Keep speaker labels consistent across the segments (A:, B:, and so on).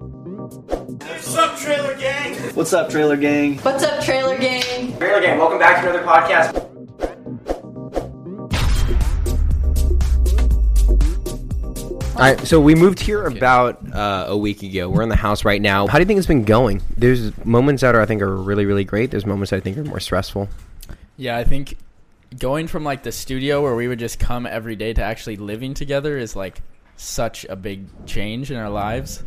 A: What's up, trailer gang?
B: What's up, trailer gang?
C: What's up, trailer gang?
A: Trailer gang, welcome back to another podcast.
D: All right, so we moved here about uh, a week ago. We're in the house right now. How do you think it's been going? There's moments that are, I think are really, really great. There's moments that I think are more stressful.
E: Yeah, I think going from like the studio where we would just come every day to actually living together is like such a big change in our lives,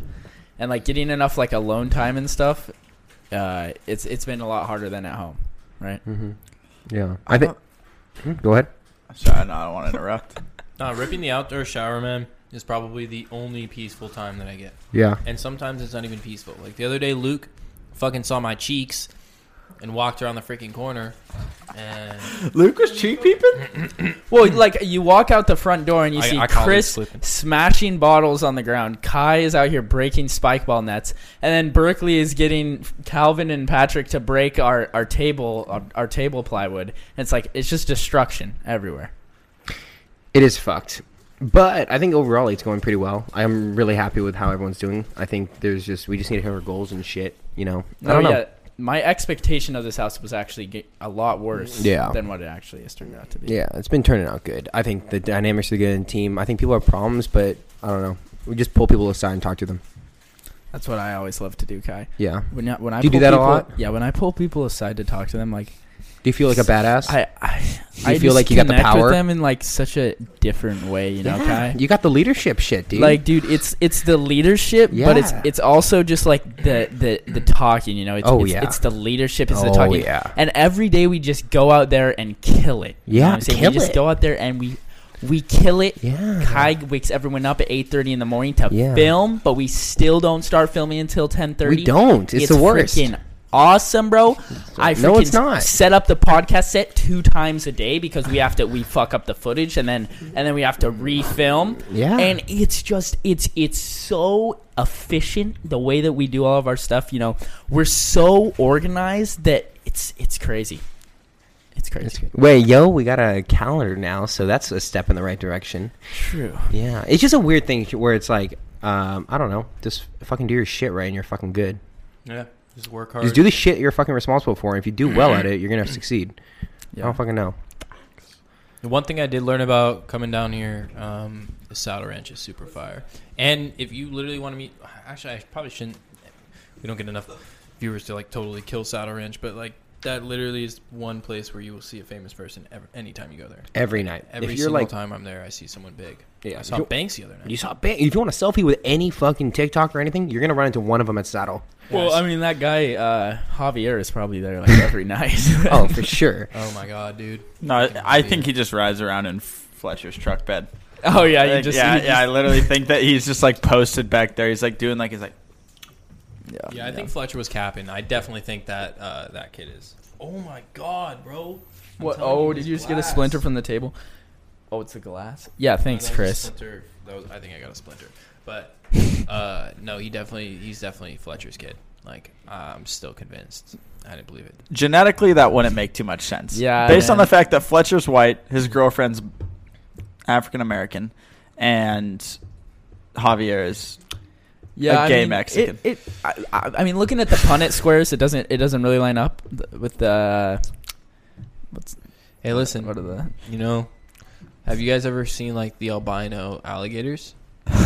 E: and like getting enough like alone time and stuff. Uh, it's it's been a lot harder than at home, right?
D: Yeah, Uh-huh. I think. Go ahead.
F: Sorry, no, I don't want to interrupt.
G: Nah, Uh, ripping the outdoor shower, man, is probably the only peaceful time that I get.
D: Yeah,
G: And sometimes it's not even peaceful. Like the other day, Luke fucking saw my cheeks and walked around the freaking corner. And
F: Luke was cheek peeping.
E: Well, like you walk out the front door and you
G: Hmm. I-
E: see
G: I call it
E: Chris
G: slipping.
E: smashing bottles on the ground. Kai is out here breaking spike ball nets, and then Berkeley is getting Calvin and Patrick to break our, our table our, our table plywood. And it's like it's just destruction everywhere.
D: it is fucked. But I think overall it's going pretty well. I'm really happy with how everyone's doing. I think there's just we just need to hit our goals and shit. You know, I
E: Oh,
D: don't know.
E: yeah. My expectation of this house was actually ge- a lot worse
D: Yeah.
E: than what it actually has turned out to be.
D: Yeah, it's been turning out good. I think the dynamics are good in the team. I think people have problems, but I don't know. We just pull people aside and talk to them.
E: That's what I always love to do, Kai.
D: Yeah.
E: When I, when I
D: Do you do
E: pull
D: that a
E: people-
D: lot?
E: Yeah, when I pull people aside to talk to them, like
D: Do you feel like a badass?
E: I, I,
D: Do you
E: I
D: feel
E: just
D: like you got the
E: connect
D: power?
E: With them in like such a different way, you know, Kai.
D: You got the leadership shit, dude.
E: Like, dude, it's it's the leadership, but it's
D: Yeah.
E: it's also just like the the the talking. You know, it's,
D: Oh,
E: it's,
D: yeah.
E: it's the leadership, it's
D: Oh,
E: the talking.
D: yeah.
E: And every day we just go out there and kill it. you know
D: Yeah,
E: what I'm saying
D: kill
E: we just
D: it.
E: go out there and we we kill it.
D: Yeah.
E: Kai wakes everyone up at eight thirty in the morning to
D: Yeah.
E: film, but we still don't start filming until ten thirty.
D: We don't. It's the worst.
E: Freaking awesome, bro. I
D: No, it's
E: freaking
D: not.
E: set up the podcast set two times a day because we have to we fuck up the footage and then and then we have to refilm.
D: Yeah.
E: and it's just it's it's so efficient the way that we do all of our stuff. You know, we're so organized that it's it's crazy. It's crazy.
D: Wait, yo, we got a calendar now, so that's a step in the right direction.
E: True.
D: Yeah, it's just a weird thing where it's like, um, I don't know, just fucking do your shit right and you're fucking good.
G: yeah, just work hard.
D: Just do the shit you're fucking responsible for, and if you do well at it, you're gonna succeed. I
E: Yeah.
D: don't fucking know.
G: The one thing I did learn about coming down here, um, the saddle ranch is super fire. And if you literally want to meet, actually, I probably shouldn't. We don't get enough viewers to like totally kill saddle ranch, but like that literally is one place where you will see a famous person ever, anytime you go there.
D: Every night,
G: Every
D: if you're
G: single
D: like,
G: time I'm there, I see someone big.
D: Yeah,
G: I saw
D: you-
G: Banks the other night.
D: you saw, bang, if you want a selfie with any fucking TikTok or anything, you're gonna run into one of them at Saddle.
E: Well, I mean that guy uh, Javier is probably there like every night.
D: Oh, for sure.
G: oh my god, dude!
F: No, I, I think he just rides around in Fletcher's truck bed.
E: oh yeah, you
F: Like,
E: just
F: Uh, yeah,
E: you
F: yeah. I
E: just-
F: literally think that he's just like posted back there. He's like doing like he's like. Yeah,
G: Yeah, I think Fletcher was capping. I definitely think that uh, that kid is. Oh my god, bro! I'm
E: What?
G: telling
E: Oh,
G: this
E: did you just get a
G: glass-
E: splinter from the table? Oh, it's the glass. Yeah, thanks,
G: No, that was a
E: Chris.
G: splinter. That was, I think I got a splinter, but uh, no, he definitely he's definitely Fletcher's kid. Like I'm still convinced. I didn't believe it.
F: genetically that wouldn't make too much sense.
E: Yeah,
F: based on
E: man.
F: the fact that Fletcher's white, his girlfriend's African American, and Javier is
E: Yeah,
F: A
E: I
F: gay
E: mean,
F: Mexican.
E: It, it, I, I I mean, looking at the Punnett squares, it doesn't it doesn't really line up th- with the what's
G: Hey, listen,
E: what are the
G: you know, have you guys ever seen like the albino alligators?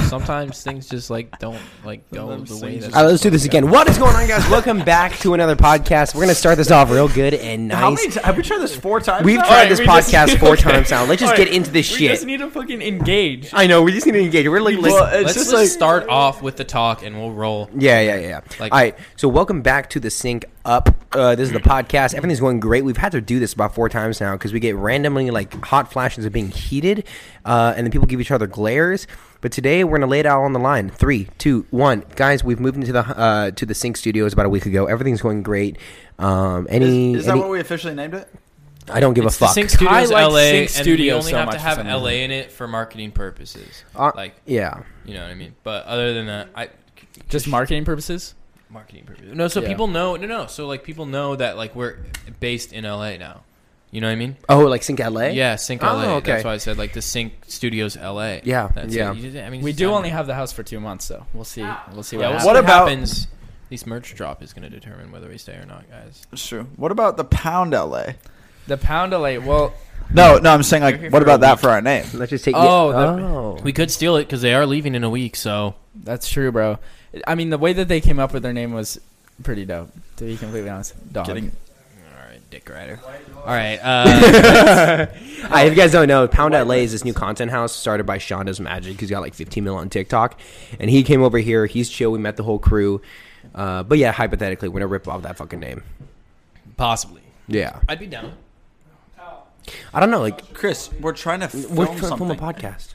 G: Sometimes things just like don't like go
F: Sometimes
G: the way
F: things
G: that.
D: All right, let's do this again. What is going on, guys? Welcome back to another podcast. We're gonna start this off real good and nice.
F: How many t- have we tried this four times?
D: We've
F: now?
D: tried this podcast four times now. Let's just get into this shit.
E: need to fucking engage.
D: I know. We just need to engage. We're like,
F: Well, it's
G: Let's
F: just
G: just
F: like
G: start off with the talk, and we'll roll.
D: Yeah, yeah, yeah.
G: Like-
D: All right. So, welcome back to the Sync Up. Uh, this is the podcast. Everything's going great. We've had to do this about four times now because we get randomly like hot flashes of being heated, uh, and then people give each other glares. But today we're gonna lay it out on the line. Three, two, one. Guys, we've moved into the uh, to the Sync Studios about a week ago. Everything's going great. Um, any,
F: Is, is that
D: any-
F: what we officially named it?
D: I don't give a
G: The
D: fuck.
G: Sync Studios
E: Kai likes
G: LA,
E: Sync
G: and we
E: Studios
G: only
E: so
G: have
E: much
G: to
E: for
G: have
E: some
G: LA in it for marketing purposes.
D: Uh,
G: like,
D: yeah.
G: you know what I mean. But other than that, I
E: Just marketing purposes.
G: marketing purposes. No, so
E: Yeah.
G: people know. No, no. So like people know that like we're based in LA now. You know what I mean?
D: Oh, like Sync LA.
G: Yeah, Sync
D: Oh,
G: LA.
D: okay.
G: That's why I said like the Sync Studios LA.
D: Yeah,
G: That's
D: yeah.
G: It. You did- I mean,
E: We
G: it's
E: do
G: done.
E: only have the house for two months, though. We'll see. We'll see what
G: Yeah,
E: happens.
G: what
F: What
G: about
F: about-
G: happens? These merch drop is going to determine whether we stay or not, guys.
F: It's true. What about the pound LA?
E: the pound delay. Well,
F: No, no, I'm saying
G: You're here
F: like, what
G: for a
F: about that for our name?
D: Let's just take.
E: Oh,
D: yeah.
E: that-
D: oh.
G: We could steal it because they are leaving in a week. So
E: that's true, bro. I mean, the way that they came up with their name was pretty dope. To be completely honest, dog.
F: Kidding.
G: all right, Dick Rider. All right. Uh,
D: Uh, if you guys don't know, Pound LA is this new content house started by Shonda's Magic. He's got like 15 mil on TikTok, and he came over here. He's chill. We met the whole crew. Uh, but yeah, hypothetically, we're gonna rip off that fucking name.
G: possibly.
D: Yeah,
G: I'd be down.
D: I don't know. Like,
F: Chris, we're trying to film
D: we're trying to film
F: something.
D: a podcast.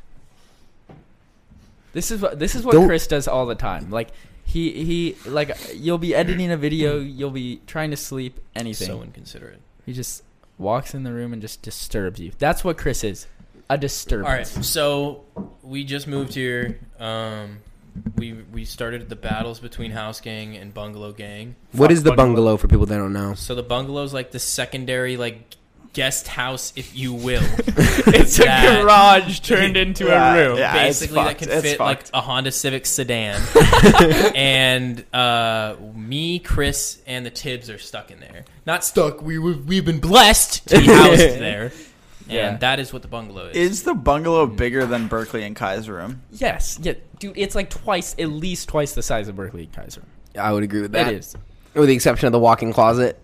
E: This is what this is what
D: Don't-
E: Chris does all the time. Like he he like you'll be editing a video, you'll be trying to sleep, anything.
G: So inconsiderate.
E: he just walks in the room and just disturbs you. That's what Chris is. A disturbance.
G: All right, so we just moved here. Um, we we started the battles between House Gang and Bungalow Gang.
D: What is the bungalow for people that don't know?
G: So the bungalow's like the secondary like guest house, if you will.
E: It's a
G: That-
E: garage turned into
F: Yeah,
E: a room.
F: yeah. it's
G: basically that
F: fucked.
G: can
F: It's
G: fit like
F: fucked.
G: a Honda Civic sedan. and uh, me, Chris, and the Tibbs are stuck in there. Not stuck. We were, we've been blessed to be housed there. And
E: Yeah.
G: that is what the bungalow is.
F: Is the bungalow bigger than Berkeley and Kaiser room?
E: Yes, yeah, dude. It's like twice, at least twice the size of Berkeley Kaiser.
D: I would agree with
E: That is.
D: with the exception of the walk-in closet.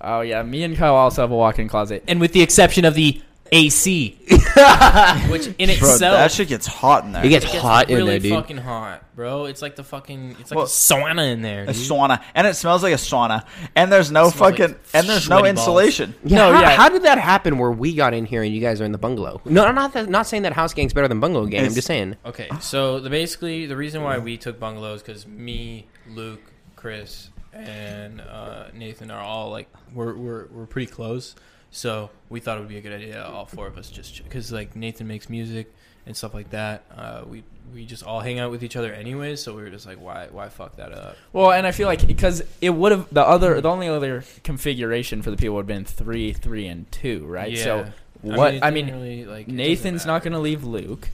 E: Oh yeah, me and Kyle also have a walk-in closet.
G: and with the exception of the AC, which in
F: Bro,
G: itself
F: that shit gets hot in there.
D: It gets
G: it gets
D: hot in
G: really
D: there, dude.
G: fucking hot, bro. It's like the fucking it's like
F: Well,
G: a sauna in there.
F: a
G: dude.
F: sauna, and it smells like a sauna, and there's no
G: smells like
F: fucking, and there's no
G: sweaty
F: insulation.
D: Yeah,
E: No,
D: how,
E: yeah.
D: how did that happen? Where we got in here and you guys are in the bungalow? No, I'm not that, not saying that house gang's better than bungalow gang. I'm
F: It's-
D: just saying.
G: Okay, so the basically the reason why we took bungalows because me, Luke, Chris, and uh, Nathan are all like we're, we're we're pretty close, so we thought it would be a good idea all four of us just because like Nathan makes music and stuff like that. Uh, we we just all hang out with each other anyways, so we were just like why why fuck that up?
E: Well, and I feel like because it would have the other, the only other configuration for the people would have been three, three, and two, right? So what-
G: it
E: I
G: didn't
E: mean,
G: really, like, it doesn't
E: Nathan's not
G: matter.
E: going to leave Luke.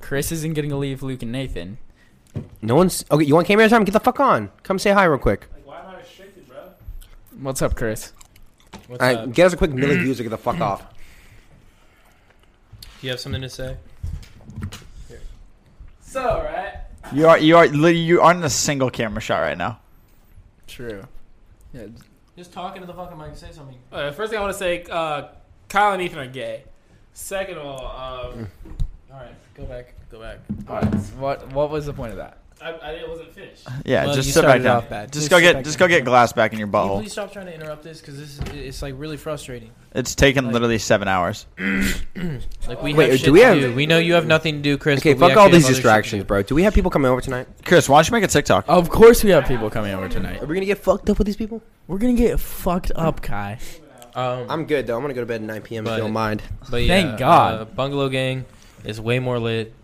E: Chris isn't going to leave Luke and Nathan.
D: No one's okay. You want camera time? Get the fuck on. Come say hi real quick.
A: Like, why am I restricted, bro?
E: What's up, Chris?
G: What's
D: All
G: up?
D: right, get us a quick million views or get the fuck off.
G: Do you have something to say?
E: So right.
F: You are, you are, li- you aren't in a single camera shot right now.
E: True. Yeah,
G: Just talking to the fucking mic. Say something.
B: Uh, first thing I want to say, uh, Kyle and Ethan are gay. Second of all, um,
D: Mm.
G: All right, go back. Go back.
E: all right. What What was the point of that?
B: I, I it wasn't finished.
F: Yeah,
G: Well, you
F: just sit
G: started
F: back down.
G: off bad.
F: Just
G: Just
F: go
G: sit
F: get,
G: back
F: just go
G: down.
F: get glass back in your
G: Can you
F: butthole.
G: please stop trying to interrupt this because this is it's like really frustrating.
F: It's taken
G: Like-
F: literally seven hours.
G: Like we
D: Oh, Wait,
G: have
D: do
G: shit
D: we
G: to
D: have-
G: do. We know you have nothing to do, Chris.
D: Okay,
G: but we
D: fuck
G: actually
D: all
G: have
D: these
G: other shit to
D: distractions,
G: do.
D: bro. Do we have people coming over tonight?
F: Chris, why don't you make a TikTok?
E: Of course, we have people coming over tonight.
D: Are we gonna get fucked up with these people?
E: We're gonna get fucked up, Kai.
G: Um,
D: I'm good though. I'm gonna go to bed at 9 p.m.
G: But-
D: if you don't mind.
G: but yeah,
E: Thank God.
G: uh, Bungalow Gang is way more lit.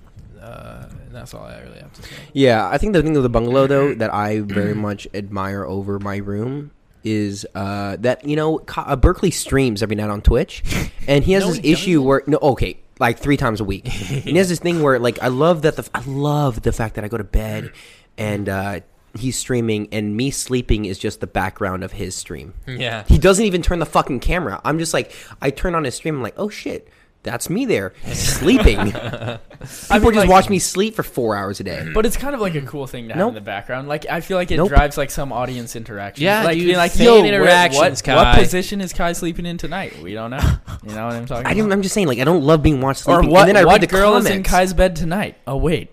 G: Uh, and that's all I really have to say.
D: Yeah, I think the thing with the bungalow though that I very much admire over my room is uh, that you know Ka- uh, Berkeley streams every night on Twitch, and he has
G: No,
D: this
G: he
D: issue where no okay like three times a week. And he has this thing where like I love that the f- I love the fact that I go to bed and uh, he's streaming and me sleeping is just the background of his stream.
G: Yeah.
D: He doesn't even turn the fucking camera. I'm just like, I turn on his stream. I'm like, oh shit, that's me there sleeping. People
E: mean,
D: just
E: like-
D: watch me sleep for four hours a day.
E: But it's kind of like a cool thing to have in
D: Nope.
E: the background. Like I feel like it
D: Nope.
E: drives like some audience interaction.
G: Yeah,
E: like
G: dude,
E: being like,
G: fan
E: yo,
G: interactions,
E: interactions, what,
G: Kai.
E: what position is Kai sleeping in tonight? We don't know. You know what I'm talking
D: I
E: about?
D: didn't, I'm just saying, like, I don't love being watched
E: or
D: sleeping.
E: what?
D: and then I
E: what
D: read the
E: girl
D: comments.
E: is in Kai's bed tonight? Oh wait,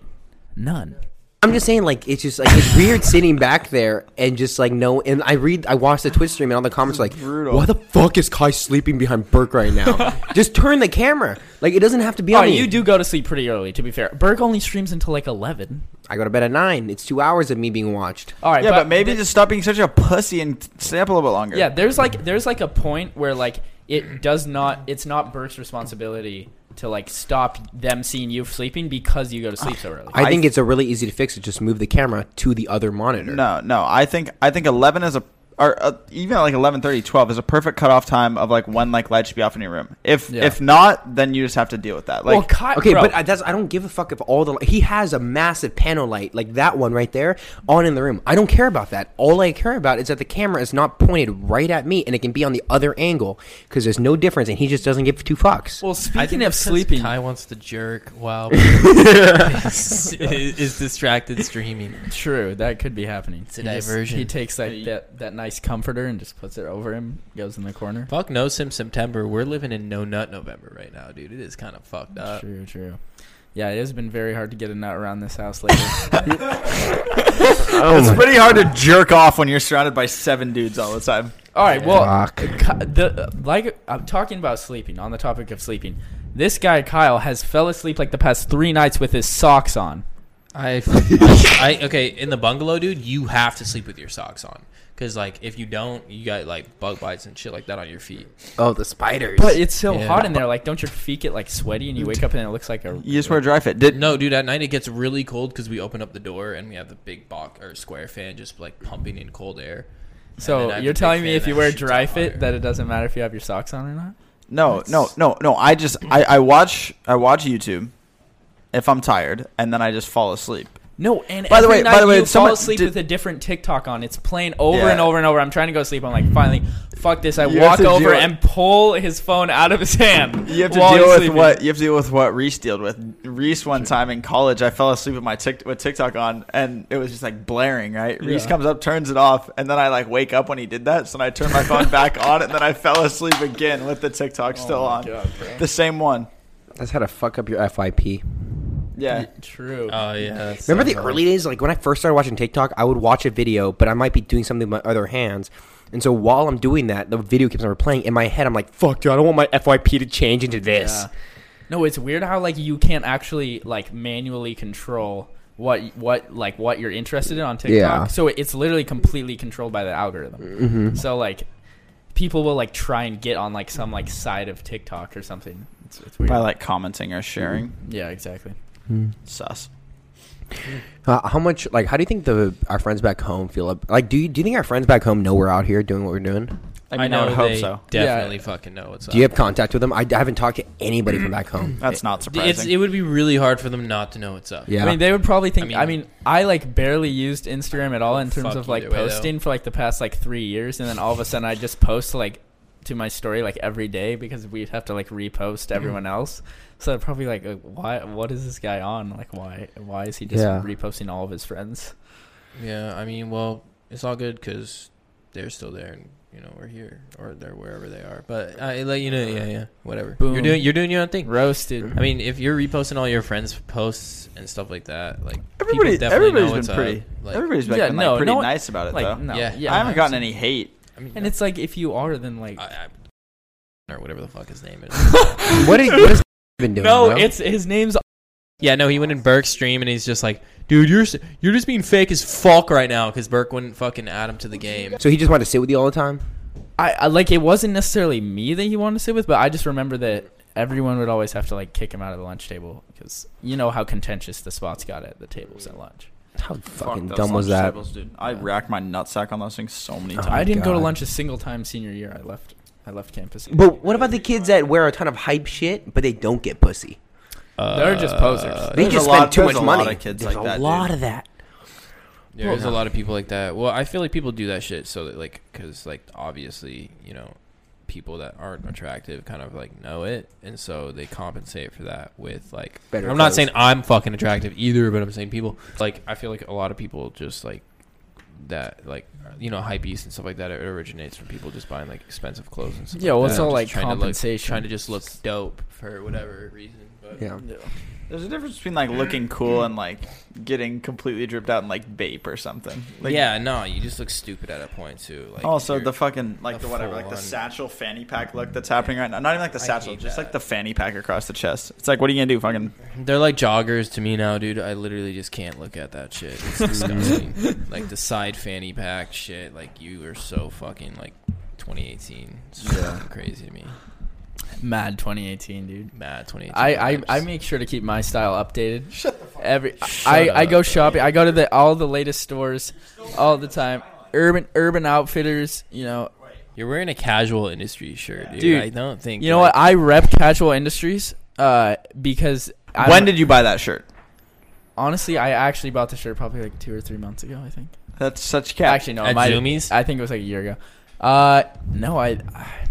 E: none.
D: I'm just saying, like, it's just like it's weird sitting back there and just like no. And I read, I watched the Twitch stream, and all the comments are like,
F: brutal.
D: "Why the fuck is Kai sleeping behind Burke right now? just turn the camera. Like, it doesn't have to be
E: Oh,
D: on
E: you do go to sleep pretty early. To be fair, Berg only streams until like eleven.
D: I go to bed at nine. It's two hours of me being watched.
E: All right,
F: yeah, but maybe
E: thi-
F: just stop being such a pussy and stay up a little bit longer.
E: yeah, there's like there's like a point where like it does not. It's not Berg's responsibility to like stop them seeing you sleeping because you go to sleep so early.
D: I think it's a really easy to fix. It just move the camera to the other monitor.
F: No, no. I think I think eleven is a or uh, even at like 11:30, 12 is a perfect cutoff time of like when like lights should be off in your room. If
E: Yeah.
F: if not, then you just have to deal with that. Like
E: well, Ky-
D: Okay,
E: bro,
D: but I, that's I don't give a fuck if all the he has a massive panel light like that one right there on in the room. I don't care about that. All I care about is that the camera is not pointed right at me and it can be on the other angle because there's no difference and he just doesn't give two fucks.
E: well,
G: I
E: speaking
G: think
E: of
G: because
E: sleeping,
G: Kai wants to jerk while is, is distracted streaming.
E: true, that could be happening.
G: It's a
E: He just-
G: diversion.
E: he takes
F: Hey.
E: like that, that nice comforter and just puts it over him, goes in the corner.
G: Fuck no sim September. We're living in no nut November right now, dude. It is kind of fucked up.
E: true, true. Uh, Yeah, it has been very hard to get a nut around this house lately.
D: oh
F: it's pretty hard to jerk off when you're surrounded by seven dudes all the time.
E: All right, well, uh,
D: Fuck.
E: Ki- the like I'm talking about sleeping. On the topic of sleeping, this guy Kyle has fell asleep like the past three nights with his socks on.
G: I, I okay in the bungalow, dude. You have to sleep with your socks on because like if you don't, you got like bug bites and shit like that on your feet.
D: oh, the spiders.
E: But it's so
G: Yeah.
E: hot in there. Like, don't your feet get like sweaty and you wake up and it looks like a
F: You just wear a dry fit. Did
G: No, dude. At night it gets really cold because we open up the door and we have the big box or square fan just like pumping in cold air. And then I
E: So
G: have
E: you're
G: to
E: telling
G: take
E: me
G: care
E: if
G: of
E: you
G: that
E: wear a
G: shit
E: dry
G: till
E: fit
G: fire.
E: that it doesn't matter if you have your socks on or not?
F: No, no, no, no. I just I, I watch I watch YouTube if I'm tired, and then I just fall asleep.
E: No, and
F: By the
E: every
F: way- by
E: night
F: the way,
E: you
F: someone
E: fall asleep
F: did-
E: with a different TikTok on. It's playing over
F: Yeah.
E: and over and over. I'm trying to go to sleep. I'm like, finally, fuck this. I
F: You have
E: walk
F: to do
E: over
F: it.
E: and pull his phone out of his hand.
F: You have to
E: while
F: deal
E: he's
F: with
E: sleeping.
F: what you have to deal with what Reese dealt with. Reese one time in college, I fell asleep with my tick, with TikTok on, and it was just like blaring. Right, Reese
E: Yeah.
F: comes up, turns it off, and then I like wake up when he did that. So then I turned my phone back on, and then I fell asleep again with the TikTok
E: Oh
F: still on, the same one.
D: that's how to fuck up your FYP.
F: Yeah,
E: True.
G: Oh yeah. that's
D: Remember
G: so
D: the
G: hard.
D: early days, like when I first started watching TikTok, I would watch a video, but I might be doing something with my other hands. And so while I'm doing that, the video keeps on replaying. In my head, I'm like, fuck, dude, I don't want my FYP to change into this.
E: Yeah. No, it's weird how like you can't actually like manually control what what like what you're interested in on TikTok.
D: Yeah.
E: So it's literally completely controlled by the algorithm. So like people will like try and get on like some like side of TikTok or something. It's, it's weird.
F: by like commenting or sharing.
E: yeah, exactly.
F: Sus.
D: Uh, how much, like, how do you think the our friends back home feel? ab- Like, do you do you think our friends back home know we're out here doing what we're doing?
F: I,
G: I,
F: mean, I
G: know.
F: would hope
G: they
F: so.
G: Definitely fucking know what's up.
D: Do you have contact with them? I, I haven't talked to anybody from back home.
F: That's not surprising.
G: It's, it would be really hard for them not to know what's up.
D: Yeah,
E: I mean, they would probably think. I
G: I
E: mean,
G: mean- Oh,
E: I like barely used Instagram at all in terms
G: Fuck
E: of like
G: either way, though.
E: posting for like the past like three years, and then all of a sudden I just post like to my story like every day because we'd have to like
D: Mm-hmm.
E: repost everyone else. So they're probably like, uh, why? What is this guy on? Like, why? Why is he just
D: Yeah.
E: reposting all of his friends?
G: Yeah, I mean, well, it's all good because they're still there, and you know we're here or they're wherever they are. But I let you know, yeah, yeah, whatever.
E: Boom.
G: You're doing you're doing your own thing.
E: Roasted.
G: I mean, if you're reposting all your friends' posts and stuff like that, like
F: Everybody,
G: people definitely know
F: everybody's
G: what's
F: been pretty.
G: up. Like,
F: everybody's been,
E: Yeah,
F: been, like,
E: no,
F: pretty
E: no one-
F: nice about it
E: Like,
F: though.
E: no, yeah,
G: Yeah.
F: I haven't gotten
G: absolutely.
F: any hate.
G: I mean,
E: And it's like if you are, then like,
G: I, I, or whatever the fuck his name is.
D: what, is, what has been doing?
E: no,
D: bro?
E: it's his name's
G: yeah, no, he went in Burke's stream and he's just like, dude, you're s- you're just being fake as fuck right now because Burke wouldn't fucking add him to the game.
D: so he just wanted to sit with you all the time.
E: I, I like it wasn't necessarily me that he wanted to sit with, but I just remember that everyone would always have to like kick him out of the lunch table because you know how contentious the spots got at the tables at lunch.
D: How fucking
F: Fuck those
D: dumb was
F: lunch
D: that?
F: tables, dude. I racked my nutsack on those things so many
D: Oh.
F: times.
E: I didn't go to
D: God.
E: lunch a single time senior year. I left. I left campus.
D: But what about the kids that wear a ton of hype shit, but they don't get pussy?
E: They're just
G: uh,
E: posers.
D: They
F: There's
D: just
F: a lot-
D: spend too
F: there's
D: much
F: a
D: money.
F: lot of kids
D: there's
F: like
D: a
F: that,
D: lot
F: dude.
D: of that.
G: There's a lot of people like that. Well, I feel like people do that shit so that like because like obviously you know people that aren't attractive kind of like know it, and so they compensate for that with like.
D: Better
G: I'm not
D: clothes.
G: saying I'm fucking attractive either, but I'm saying people like I feel like a lot of people just like that like you know hype beast and stuff like that it originates from people just buying like expensive clothes and stuff
E: Yeah, well,
G: like
E: it's
G: that.
E: all,
G: Just
E: like,
G: trying to look-
E: compensation.
G: trying to just look dope for whatever reason but
D: Yeah.
F: There's a difference between like looking cool and like getting completely dripped out in like vape or something. Like,
G: yeah no you just look stupid at a point too like
F: Also,
G: you're-
F: the fucking like
G: the
F: the whatever, like the
G: full-on-
F: satchel fanny pack look that's happening right now. Not even like the
G: I
F: satchel,
G: hate
F: just
G: that.
F: like the fanny pack across the chest. It's like, what are you gonna do? Fucking
G: They're like joggers to me now, dude. I literally just can't look at that shit. It's disgusting. like the side fanny pack shit. Like you are so fucking like 2018. It's fucking crazy to me.
E: Mad 2018, dude.
G: Mad 2018.
E: I, I,
G: vibes.
E: I make sure to keep my style updated. Shut the fuck every
G: Shut
E: I, I
G: up,
E: go
G: bro.
E: shopping. I go to the all the latest stores all the time. Urban Urban Outfitters. You know,
G: You're wearing a casual industry shirt, dude.
E: Dude,
G: I don't think
E: you know what? I rep Casual Industries uh, because I
F: when did you buy that shirt?
E: honestly I actually bought the shirt probably like two or three months ago. I think.
F: That's such cat.
E: Actually, no,
G: At
E: it might-
G: Zoomies?
E: I think it was like a year ago. Uh, no, I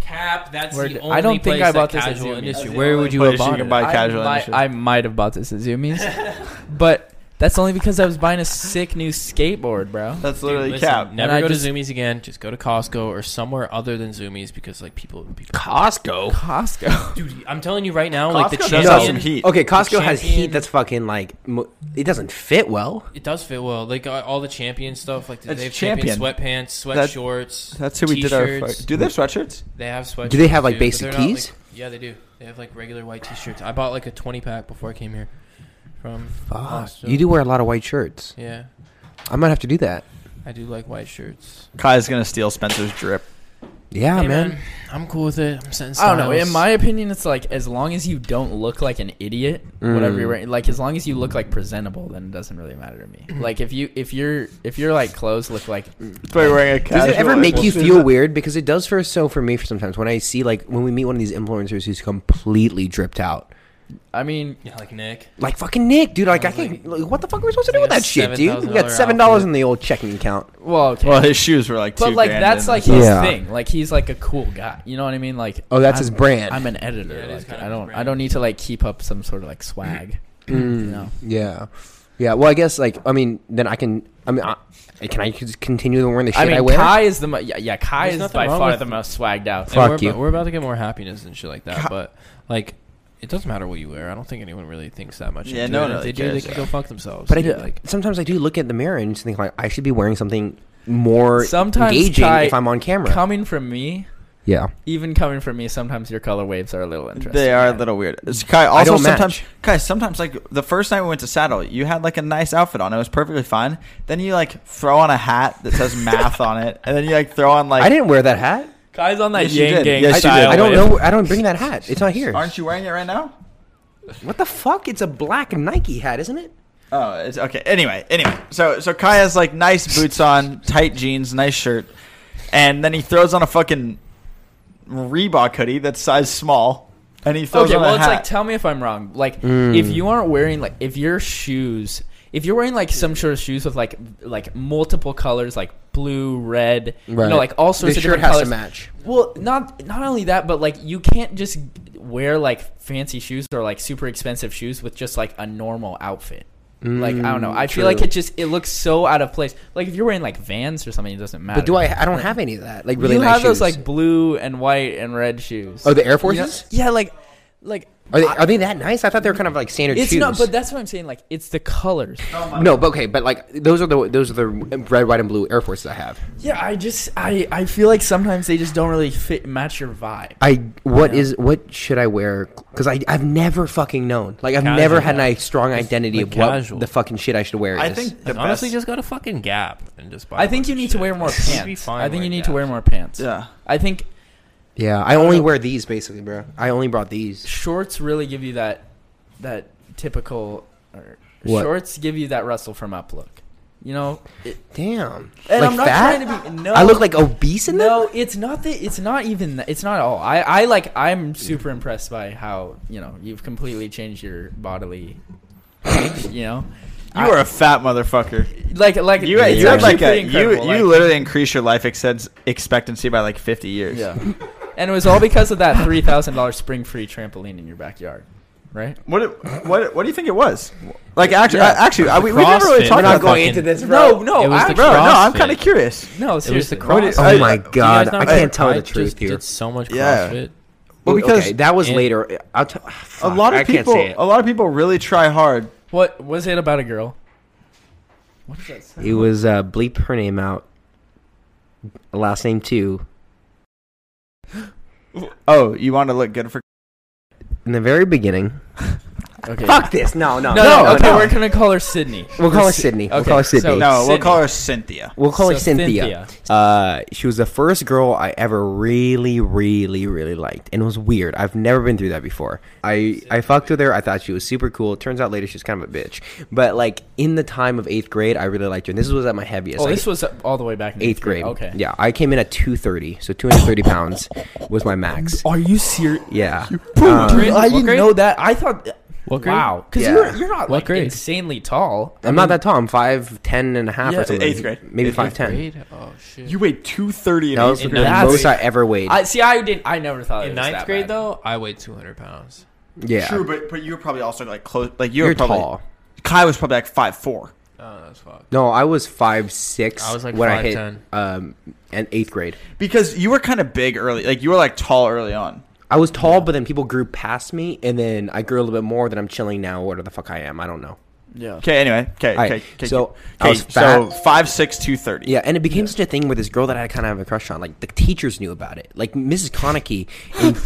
G: Cap. That's
E: Where
G: the
E: did-
G: only
E: I don't think
G: place
E: I bought
G: that
E: this at
G: casual
E: Zoomies.
G: industry.
F: That's the
G: Where
F: only
G: would you have
F: place you
G: bought
F: can
G: it?
F: buy
G: at?
E: I
F: casual
E: might,
F: industry.
E: I might have bought this at Zoomies, but that's only because I was buying a sick new skateboard, bro.
F: That's
G: Dude,
F: literally
G: listen,
F: cap.
E: And
G: Never
E: I
G: go
E: just-
G: to Zoomies again. Just go to Costco or somewhere other than Zoomies because like people. people Oh.
D: Costco.
E: Costco.
G: dude, I'm telling you right now, like the
F: Costco does have
G: champion.
F: some heat.
D: Okay, Costco has
G: Champion.
D: heat that's fucking like mo- it doesn't fit well.
G: It does fit well. Like uh, all the champion stuff. Like
F: That's
G: they have champion,
F: Champion.
G: sweatpants, sweat
F: That-
G: shorts.
F: That's who we did our.
G: t-shirts.
F: fuck- Do they have sweatshirts?
G: They have sweatshirts.
D: Do they have, like,
G: dude, but
D: basic
G: they're not, like-
D: tees?
G: yeah, they do. They have like regular white t-shirts. I bought like a 20 pack before I came here. From Costco.
D: You do wear a lot of white shirts.
G: Yeah,
D: I might have to do that.
G: I do like white shirts.
F: Kai's gonna steal Spencer's drip.
D: Yeah,
G: Hey,
D: man.
G: I'm cool with it. I'm setting.
E: I don't know.
G: styles.
E: In my opinion, it's like as long as you don't look like an idiot, whatever
D: Mm.
E: you're wearing, like as long as you look like presentable, then it doesn't really matter to me.
D: Mm.
E: Like if you if you're if your like clothes look like
F: That's why you're wearing a casual.
D: Does it ever make you
F: industry
D: feel
F: shirt.
D: weird? Because it does for so for me for sometimes when I see like when we meet one of these influencers who's completely dripped out.
E: I mean
G: yeah, like Nick.
D: Like fucking Nick, dude. Like I
G: was
D: think, like, what the fuck are we supposed to do with
G: like a
D: that shit, dude? We got
G: $7,000
D: seven dollars
G: outfit.
D: in the old checking account.
E: well okay.
F: Well, his shoes were like.
E: but
F: two
E: like
F: grand
E: that's
F: in
E: like
F: the-
E: his
D: Yeah.
E: thing. Like he's like a cool guy. You know what I mean? Like
D: Oh, that's
E: I'm-
D: his brand.
E: I'm an editor.
G: Yeah, it is
E: like,
G: kind of
E: I
G: his
E: don't I
G: brand.
E: don't need to like keep up some sort of like swag.
D: Mm,
E: you know?
D: Yeah, yeah. Well, I guess like I mean, then I can. I mean, I, can I just continue wearing the shit I,
E: I mean,
D: wear?
E: Kai is the mo- yeah, yeah Kai
G: There's
E: is
G: nothing
E: by
G: wrong
E: far
G: with-
E: the most swagged out.
G: And
D: Fuck
G: we're
D: you.
G: About, we're about to get more happiness and shit like that, but like. It doesn't matter what you wear. I don't think anyone really thinks that much.
F: Yeah,
G: into
F: no
G: it.
F: one
G: If
F: really
G: they do. They
F: cares,
G: can
F: yeah.
G: go fuck themselves.
D: but I do,
G: dude. like,
D: sometimes I do look at the mirror and just think like I should be wearing something more
E: Sometimes
D: engaging
E: Kai-
D: if I'm on camera.
E: Coming from me,
D: yeah,
E: even coming from me, sometimes your color waves are a little interesting.
F: They are a little weird. It's- Kai also
D: don't
F: sometimes
D: match.
F: Kai sometimes like the first night we went to Saddle, you had like a nice outfit on. It was perfectly fine. Then you like throw on a hat that says math on it, and then you like throw on like.
D: I didn't wear that hat.
E: Kai's on that
F: Yes, you
E: yang
F: did.
E: gang
F: Yes, you
E: style.
F: did.
D: I don't
E: wave.
D: know. I don't bring that hat. It's not here.
F: Aren't you wearing it right now?
D: What the fuck? It's a black Nike hat, isn't it?
F: Oh, it's okay. Anyway, anyway. So so Kai has like nice boots on, tight jeans, nice shirt, and then he throws on a fucking Reebok hoodie that's size small, and he throws
E: Okay,
F: on
E: well,
F: a
E: it's
F: hat. Hmm.
E: like tell me if I'm wrong. Like, if you aren't wearing like if your shoes, if you're wearing like some sort of shoes with like like multiple colors, like blue, red, you know, like all sorts
D: the
E: of
D: shirt
E: different
D: has
E: colors.
D: to match.
E: Well, not not only that, but like you can't just wear like fancy shoes or like super expensive shoes with just like a normal outfit. like I don't know. I feel like
D: Mm, true.
E: it just it looks so out of place. Like if you're wearing like Vans or something, it doesn't matter.
D: But do I? I don't have any of that. Like really,
E: you
D: nice
E: have those
D: shoes.
E: like blue and white and red shoes.
D: Oh, the Air
E: You know-
D: Forces?
E: Yeah, like like
D: Are they are they that nice? I thought they were kind of like standard
E: it's
D: shoes.
E: not. But that's what I'm saying. Like it's the colors.
G: Oh.
D: no, but okay, but like those are the those are the red, white, and blue Air Forces I have.
E: Yeah, I just I I feel like sometimes they just don't really fit match your vibe.
D: I what is what should I wear? Because I I've never fucking known. Like I've never had a strong identity
G: like
D: of what
G: casual.
D: the fucking shit I should wear. Is.
F: I think the
G: like, honestly,
F: best-
G: just go to fucking Gap and just buy.
E: I think
G: a
E: you
G: bunch
E: need
G: of
E: to
G: shit.
E: wear more
G: You'd be
E: pants.
G: fine
E: I think you
G: wearing
E: need to
G: Gap.
E: wear more pants.
F: yeah.
E: I think
D: yeah. I only wear these basically, bro. I only brought these.
E: shorts really give you that that typical or
D: What?
E: shorts give you that Russell from Up look. You know, It-
D: Damn.
E: and
D: like
E: I'm not
D: fat?
E: trying to be no.
D: I look like obese in them.
E: no. It's not that. It's not even. That, it's not at all. I I like. I'm super impressed by how you know you've completely changed your bodily. you know,
F: You are a fat motherfucker.
E: like like
F: You,
E: it's
F: you had
E: actually
F: like a
E: pretty
F: you
E: incredible,
F: you
E: like-
F: literally increase your life exce- expectancy by like fifty years.
E: yeah. and it was all because of that three thousand dollars spring free trampoline in your backyard, right?
F: What it- what what do you think it was? Like actually,
E: Yeah.
F: I, actually, I, we, we never really
G: CrossFit.
F: talked
G: We're not
F: about
G: going
F: that.
G: into this,
E: No, no,
G: It was
E: I-
G: the
F: bro. No, I'm
G: CrossFit.
F: kind of curious.
E: no.
G: It was the
E: Seriously,
G: cross.
F: is-
D: Oh
F: I-
D: my
F: do you
D: god,
G: guys
D: I
G: not
D: can't
G: know?
D: tell
G: I
D: the truth
G: just
D: here.
G: Did so much
F: Yeah.
G: CrossFit.
F: Well, because
D: okay, that was
G: and-
D: later. I'll t-
F: a lot of
D: I can't
F: people,
D: say it.
F: a lot of people really try hard.
E: What was it about a girl? What does that say?
D: It was uh, bleep her name out. Last name too.
F: Oh, you want to look good for?
D: In the very beginning,
E: Okay.
D: Fuck this. No, no,
E: No, no,
D: no,
E: okay,
D: no.
E: we're gonna call her Sydney.
D: We'll call her Sydney. We'll call her Sydney.
F: No, we'll call her Cynthia.
D: We'll call her
E: So
D: Cynthia. Uh, she was the first girl I ever really, really, really liked, and it was weird. I've never been through that before. I I fucked with her. I thought she was super cool. It turns out later she's kind of a bitch. But like in the time of eighth grade, I really liked her, and this was at my heaviest.
E: Oh,
D: Like,
E: this was uh, all the way back in
D: eighth grade.
E: Okay.
D: Yeah, I came in at two thirty, so two hundred thirty pounds was my max.
E: Are you serious?
D: Yeah. Um,
E: Dude, I didn't
G: grade?
E: know that. I thought.
G: What grade?
E: Wow. Because
D: Yeah.
E: you're, you're not
G: What
E: like
G: grade?
E: insanely tall.
D: I'm not that tall. I'm five ten and a half
E: Yeah,
D: or something.
F: eighth grade.
D: Maybe
F: Eighth
D: five ten.
G: Grade? Oh shit.
F: You weighed 230 in
D: That was
F: eighth
D: the
G: In
F: grade.
G: ninth
D: most I
E: grade.
D: ever weighed.
E: I see. I didn't. I never thought it
G: in
E: was
G: ninth
E: that
G: grade
E: bad.
G: though, I weighed 200 pounds.
D: yeah.
F: True, but, but you were probably also like close. Like you were
D: You're
F: probably.
D: tall.
F: Kai was probably like five four.
G: Oh, that's fucked.
D: No, I was five six.
G: I was, like,
D: when
G: 5'10".
D: I hit um, an eighth grade.
F: Because you were kind of big early. Like you were like tall early on.
D: I was tall, but then people grew past me, and then I grew a little bit more. Then I'm chilling now. Whatever the fuck I am, I don't know.
E: Yeah.
F: Okay, anyway. Okay,
D: Alright,
F: okay, okay.
D: so
F: okay,
D: I was
F: so
D: fat.
F: 5'6", 230.
D: Yeah, and it became such a thing with this girl that I kind of have a crush on. Like the teachers knew about it. Like Mrs. Konecki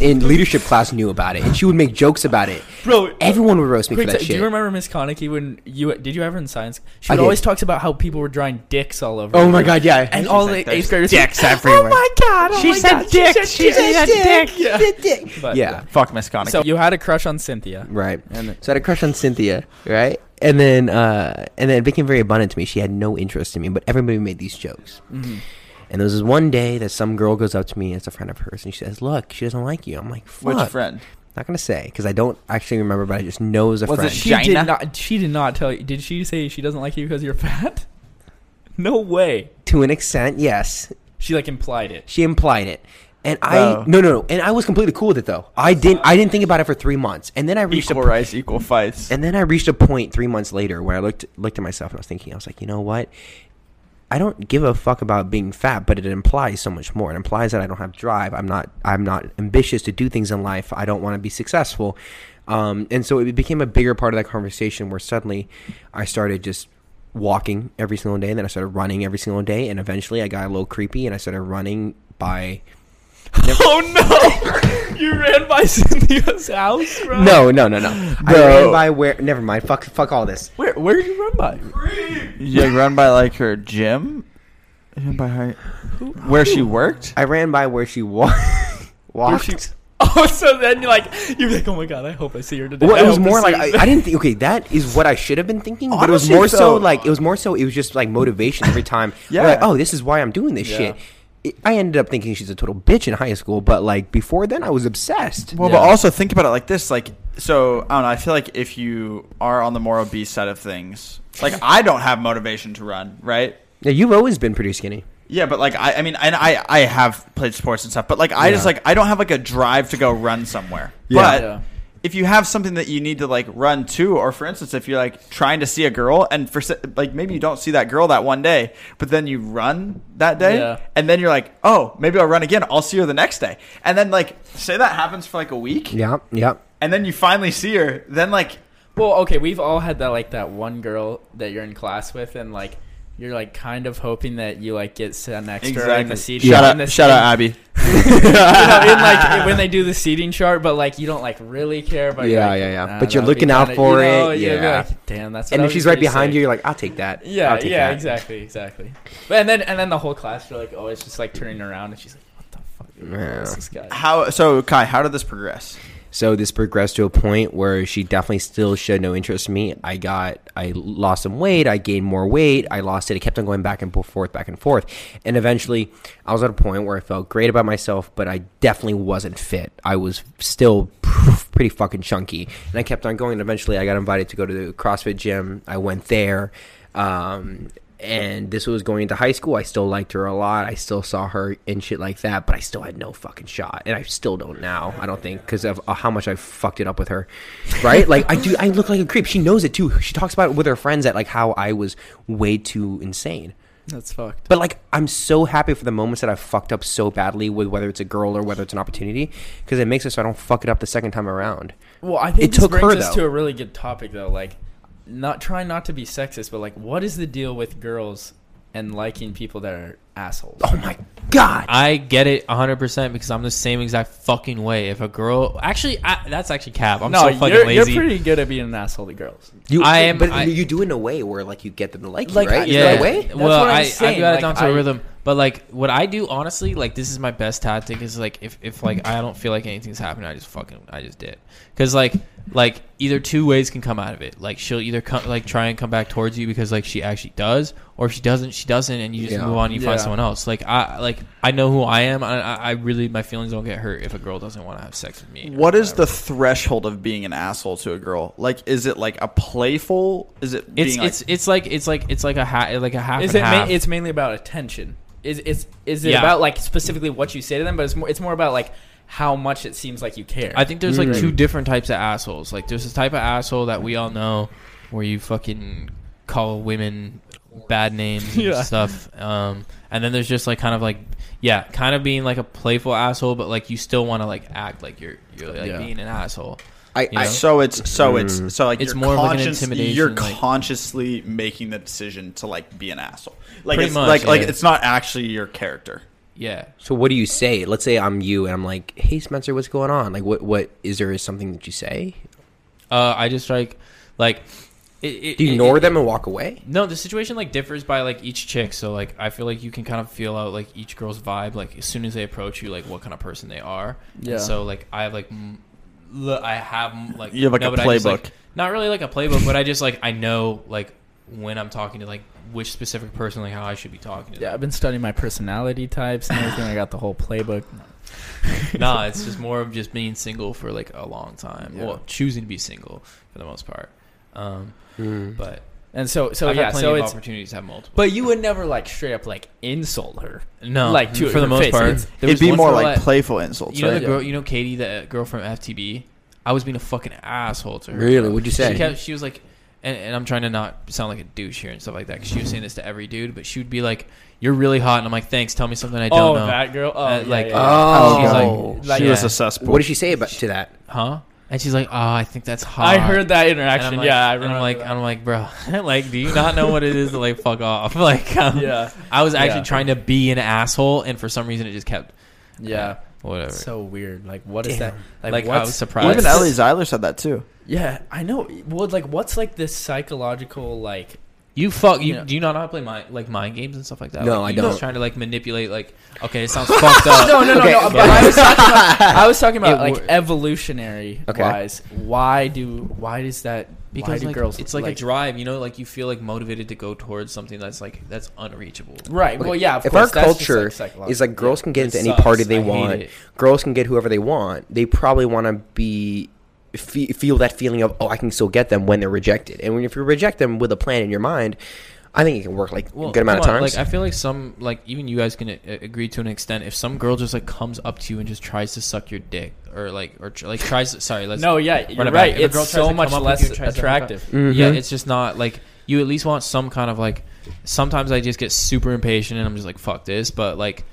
D: in, in leadership class knew about it, and she would make jokes about it.
E: Bro,
D: Everyone would roast me
E: Wait,
D: for
E: so-
D: that
E: do
D: shit.
E: you remember Miss Konecki when you did you ever in science? She
D: I
E: would
D: did.
E: always talks about how people were drawing dicks all over.
D: oh
E: her.
D: my god, yeah.
E: And all
F: like,
E: the
F: "There's
E: eighth graders
F: dicks everywhere."
E: Oh my god! Oh
D: She
E: my
D: said
E: god,
D: dicks, she said
E: dick. Yeah.
D: yeah.
E: But,
F: Fuck Miss Connick.
E: So you had a crush on Cynthia.
D: Right.
E: And-
D: so I had a crush on Cynthia, right? And then uh, and then it became very abundant to me. She had no interest in me, but everybody made these jokes.
E: Mm-hmm.
D: And there was this one day that some girl goes up to me as a friend of hers, and she says, "Look, she doesn't like you." I'm like, "Fuck."
F: Which friend?
D: Not gonna say because I don't actually remember, but I just know as a
F: Was it
D: friend.
E: She
F: Gina?
E: did not. She did not tell you. Did she say she doesn't like you because you're fat? No way.
D: to an extent, yes.
E: She like implied it.
D: She implied it, and
F: Oh.
D: I no no no, and I was completely cool with it though. I didn't I didn't think about it for three months, and then I reached
F: Equal
D: a
F: rights, equal fights.
D: And then I reached a point three months later where I looked looked at myself and I was thinking, I was like, you know what? I don't give a fuck about being fat, but it implies so much more. It implies that I don't have drive. I'm not. I'm not ambitious to do things in life. I don't want to be successful. Um, and so it became a bigger part of that conversation where suddenly I started just walking every single day, and then I started running every single day, and eventually I got a little creepy and I started running by
E: Oh no! you ran by Cynthia's house, bro.
D: no, no, no, no. I
F: Bro.
D: ran by where? Never mind. Fuck, fuck all this.
E: Where where did you run by?
F: You like run by like her gym? You run by her, where she worked?
D: I ran by where she wa- walked.
E: she- Oh, so then you're like you're like, oh my god, I hope I see her today.
D: Well,
E: I
D: it was
E: hope
D: more like
E: see
D: I,
E: her
D: I didn't think. Okay, that is what I should have been thinking, but it was
F: Honestly,
D: more
F: though-
D: so like it was more so it was just like motivation every time. We're
F: Yeah.
D: like, oh, this is why I'm doing this
E: Yeah.
D: shit. It, I ended up thinking she's a total bitch in high school, but like before then, I was obsessed.
F: Well,
E: Yeah.
F: but also think about it like this: like, so I don't know. I feel like if you are on the more obese side of things, like I don't have motivation to run, right?
D: Yeah, you've always been pretty skinny.
F: Yeah, but like I, I mean, and I, I have played sports and stuff, but like I just
D: Yeah.
F: like I don't have like a drive to go run somewhere.
D: Yeah.
F: But
E: Yeah.
F: if you have something that you need to like run to, or for instance, if you're like trying to see a girl and for se- like maybe you don't see that girl that one day, but then you run that day,
E: Yeah.
F: and then you're like, oh, maybe I'll run again. I'll see her the next day, and then like say that happens for like a week,
D: Yeah, yeah.
F: and then you finally see her, then like
E: Well, okay, we've all had that like that one girl that you're in class with, and like you're like kind of hoping that you like get sent next to her in the seat.
F: Shout
E: in
F: out,
E: the
F: shout out,
E: seat-
F: Abby.
E: you know, in like when they do the seating chart, but like you don't like really care. But you're
D: Yeah,
E: like,
D: yeah, yeah.
E: "Nah,
D: But you're
E: that'll be
D: looking out
E: kinda-"
D: for
E: you know,
D: it,
E: you'll be
D: yeah.
E: like, Damn, that's. what
D: And
E: I
D: if
E: was
D: she's right
E: gonna
D: behind
E: say."
D: you, you're like, I'll take that.
E: Yeah,
D: I'll take
E: yeah,
D: that.
E: exactly, exactly. But and then and then the whole class, you're like always just like turning around, and she's like, "What the fuck?
D: Yeah.
E: Who's this guy?"
F: How so, Kai? How did this progress?
D: So this progressed to a point where she definitely still showed no interest in me. I got, I lost some weight, I gained more weight, I lost it. It kept on going back and po- forth, back and forth, and eventually, I was at a point where I felt great about myself, but I definitely wasn't fit. I was still pretty fucking chunky, and I kept on going. And eventually, I got invited to go to the CrossFit gym. I went there. Um, and this was going into high school. I still liked her a lot. I still saw her and shit like that, but I still had no fucking shot, and I still don't now. I don't think because of uh, how much I fucked it up with her, right? like I do. I look like a creep. She knows it too. She talks about it with her friends at like how I was way too insane.
E: That's fucked.
D: But like, I'm so happy for the moments that I've fucked up so badly with whether it's a girl or whether it's an opportunity because it makes it so I don't fuck it up the second time around.
E: Well, I think
D: It
E: this
D: took
E: brings
D: her,
E: us
D: though.
E: to a really good topic, though. Like, not trying not to be sexist, but like, what is the deal with girls and liking people that are assholes.
D: Oh my god.
G: I get it 100% because I'm the same exact fucking way. If a girl, actually, I, that's actually cap. I'm so fucking
E: you're,
G: lazy.
E: you're pretty good at being an asshole to girls.
D: You,
G: I am-
D: but
G: I-
D: you do it in a way where like you get them to like you,
E: Like,
D: right?
E: Is
G: yeah.
D: Is that a way?
E: That's
G: well,
E: what I'm
G: I,
E: saying.
G: I've got
E: Like,
G: it down to
E: I-
G: a rhythm. But like, what I do honestly, like, this is my best tactic is like, if, if like I don't feel like anything's happening, I just fucking, I just did. Because like, like either two ways can come out of it. Like she'll either come, like try and come back towards you because like she actually does, or if she doesn't, she doesn't, and you just
D: Yeah.
G: move on. and You find
E: Yeah.
G: someone else. Like I, like I know who I am. I, I I really, my feelings don't get hurt if a girl doesn't want to have sex with me. or
F: What is
G: whatever.
F: the threshold of being an asshole to a girl? Like, is it like a playful? Is it
G: It's
F: being like,
G: it's it's like it's like it's like a ha- like a half
E: Is
G: and
E: it? Ma-
G: half.
E: it's mainly about attention. Is it's is it
G: Yeah.
E: about like specifically what you say to them? But it's more it's more about like how much it seems like you care.
G: I think there's like two different types of assholes. Like there's this type of asshole that we all know where you fucking call women bad names and
E: Yeah.
G: stuff. Um, and then there's just like kind of like yeah, kind of being like a playful asshole, but like you still want to like act like you're you're like
E: Yeah.
G: being an asshole.
F: I,
G: you
F: I
G: know?
F: so it's so it's so like
G: Mm. It's
F: you're
G: more of, like, an
F: conscious-
G: intimidation,
F: You're
G: like-
F: consciously making the decision to like be an asshole. Like
G: Pretty
F: it's
G: much,
F: like like
G: yeah.
F: it's not actually your character.
G: Yeah.
D: So what do you say? Let's say I'm you and I'm like, "Hey Spencer, what's going on? Like what what is there something that you say?
G: Uh, I just like like it, it,
D: Do you
G: it-
D: ignore
G: it-
D: them and walk away?"
G: No, the situation like differs by like each chick. So like I feel like you can kind of feel out like each girl's vibe like as soon as they approach you like what kind of person they are. And
E: Yeah.
G: so like I have like m- l- I have m- like
F: You have, like, a
G: but I just,
F: playbook.
G: like, not really like a playbook, but I just like I know like when I'm talking to like which specific person like how I should be talking to.
E: Yeah,
G: them.
E: I've been studying my personality types and everything. I got the whole playbook.
G: nah, it's just more of just being single for like a long time.
E: Yeah.
G: Well, choosing to be single for the most part. Um, but
E: And so Mm-hmm. so
G: I've
E: yeah,
G: had plenty
E: so
G: of
E: it's
G: opportunities to have multiple.
E: but you would never like straight up like insult her.
G: No,
E: like to
G: for
E: her
G: the most
E: face.
G: part,
E: It's-
G: There
F: It'd
G: was
F: be
G: one
F: more
G: girl
F: like
G: that-
F: playful insults.
G: You know
F: right?
G: the girl, you know Katie, the girl from FTB. I was being a fucking asshole to her.
D: Really? What'd you say?
G: She, kept, she was like, and, and I'm trying to not sound like a douche here and stuff like that. 'cause she was saying this to every dude, but she would be like, "You're really hot," and I'm like, "Thanks, tell me something I don't
E: oh,
G: know."
E: that girl. Oh,
G: Uh,
E: like
G: like-
D: Oh.
G: She's like-
E: like-
F: she
G: yeah.
F: was a cesspool.
D: What did she say about to that?
G: Huh? And she's like, "Oh, I think that's hot."
E: I heard that
G: And I'm
E: interaction.
G: like-
E: yeah, I
G: and
E: remember.
G: I'm like,
E: that.
G: I'm like, bro, like, do you not know what it is to like fuck off? Like, um,
E: yeah,
G: I was actually
E: Yeah.
G: trying to be an asshole, and for some reason, it just kept
E: yeah.
G: whatever.
E: It's so weird. Like, what is
D: Damn.
E: that?
G: Like, I
E: what's-
G: was surprised.
F: Even
E: what's-
F: Ellie Zeiler said that too.
E: Yeah, I know. Well, like, what's like this psychological like?
G: You fuck. You
E: Yeah.
G: do you not know how to play mind like mind games and stuff like that?
D: No,
G: Like,
D: I
G: you
D: don't.
G: Just trying to like manipulate. Like, okay, it sounds fucked up.
E: No, no, no,
D: Okay,
E: no.
D: okay.
E: But I was talking about, I was talking about
G: It
E: like
G: wor-
E: evolutionary
D: Okay.
E: wise. Why do why does that? why
G: Because
E: do
G: like,
E: girls?
G: it's like, a drive. You know, like you feel like motivated to go towards something that's like that's unreachable.
E: right. Well, yeah. Of
D: if
E: course,
D: our
E: that's just,
D: culture
E: psychological.
D: is like girls can get
G: It
D: into any
G: sucks.
D: party they
G: I hate
D: want,
G: it.
D: girls can get whoever they want. They probably want to be fe- feel that feeling of oh, I can still get them when they're rejected. And when if you reject them with a plan in your mind, I think it can work like a good amount of
G: come on,
D: times.
G: Like I feel like some like even you guys can uh, agree to an extent. If some girl just like comes up to you and just tries to suck your dick or like or tr- like tries. Sorry, let's
E: No, yeah, you're
G: it back.
E: right.
G: If a girl tries
E: It's so
G: to come
E: much
G: up with
E: less
G: you and tries to hook up-
E: attractive.
G: Yeah,
D: Mhm.
G: it's just not like you at least want some kind of like. Sometimes I just get super impatient and I'm just like, "Fuck this!" But like,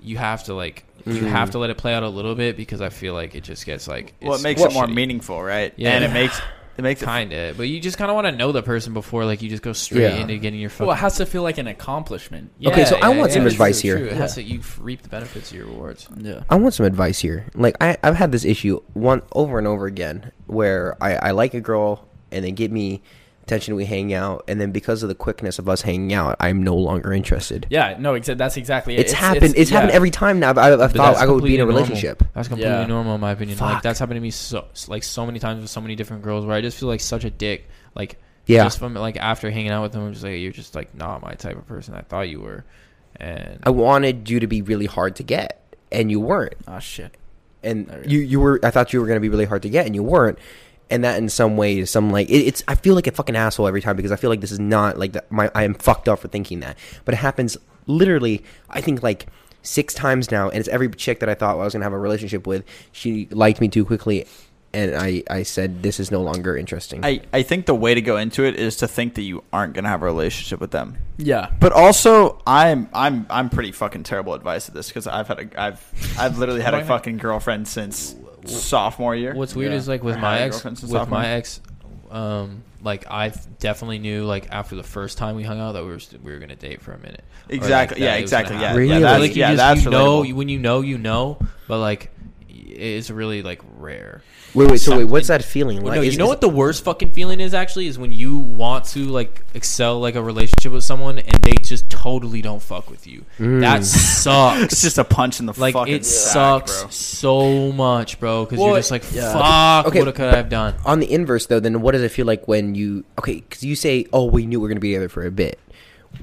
G: you have to like,
D: Mm-hmm.
G: you have to let it play out a little bit because I feel like it just gets like,
F: Well, it
G: it's-
F: makes
G: it's
F: it more
G: shitty.
F: meaningful, right?
G: Yeah.
F: And it makes it makes it
G: kinda. But you just kind of want to know the person before like you just go straight
D: Yeah.
G: into getting your fucking.
E: Well, it has to feel like an accomplishment.
D: Okay, so I want some
G: This is
D: advice here.
G: true. It has to you f- reap the benefits of your rewards.
E: Yeah.
D: I want some advice here. Like I, I've had this issue one over and over again where I, I like a girl and they give me attention, we hang out, and then because of the quickness of us hanging out, I'm no longer interested.
E: Yeah. No. Exa- that's exactly it.
D: It's, happened. It's, happened
E: yeah.
D: every time now. but I, I
G: But
D: thought
G: that's
D: I would be in
G: completely
D: a
G: normal.
D: relationship.
G: That's completely
E: Yeah.
G: normal in my opinion.
D: Fuck.
G: Like that's happened to me so like so many times with so many different girls where I just feel like such a dick. Like
D: Yeah.
G: just from like after hanging out with them, I'm just like you're just like not my type of person I thought you were. And
D: I wanted you to be really hard to get, and you weren't.
E: Oh shit.
D: And
E: There we
D: you, you were. I thought you were going to be really hard to get, and you weren't. And that, in some ways, some like it, it's. I feel like a fucking asshole every time because I feel like this is not like the, my. I am fucked up for thinking that, but it happens literally. I think like six times now, and it's every chick that I thought I was going to have a relationship with. She liked me too quickly, and I. I said this is no longer interesting.
F: I, I think the way to go into it is to think that you aren't gonna have a relationship with them.
E: Yeah.
F: But also, I'm I'm I'm pretty fucking terrible advice at this because I've had a I've I've literally had a fucking girlfriend since sophomore year.
G: what's weird
E: Yeah.
G: is like with
F: Or
G: my
F: had a
G: ex,
F: girlfriend since
G: with
F: sophomore.
G: my ex, um, Like I definitely knew like after the first time we hung out that we were st- we were gonna date for a minute. Or, like,
F: Exactly.
G: that
F: yeah.
G: it was gonna
F: Exactly. Yeah.
G: happen.
D: Really?
F: Yeah.
G: But,
F: That's,
G: like you
F: yeah.
G: just,
F: that's
G: you know
F: relatable.
G: you- when you know you know, but like y- it's really like rare.
D: Wait, wait. So wait, what's
G: Something-
D: that feeling like?
G: no,
D: Is-
G: you know
D: is-
G: what the worst fucking feeling is actually is when you want to like excel like a relationship with someone and they just totally don't fuck with you. That sucks.
F: It's just a punch in the
G: like
F: fucking
G: it
F: sack,
G: sucks
F: bro.
G: so much, bro. Because you're
E: Well,
G: just like,
E: yeah.
G: fuck,
D: Okay,
G: what could I have done?
D: on the inverse though, then what does it feel like when you okay? Because you say, "Oh, we knew we were going to be together for a bit."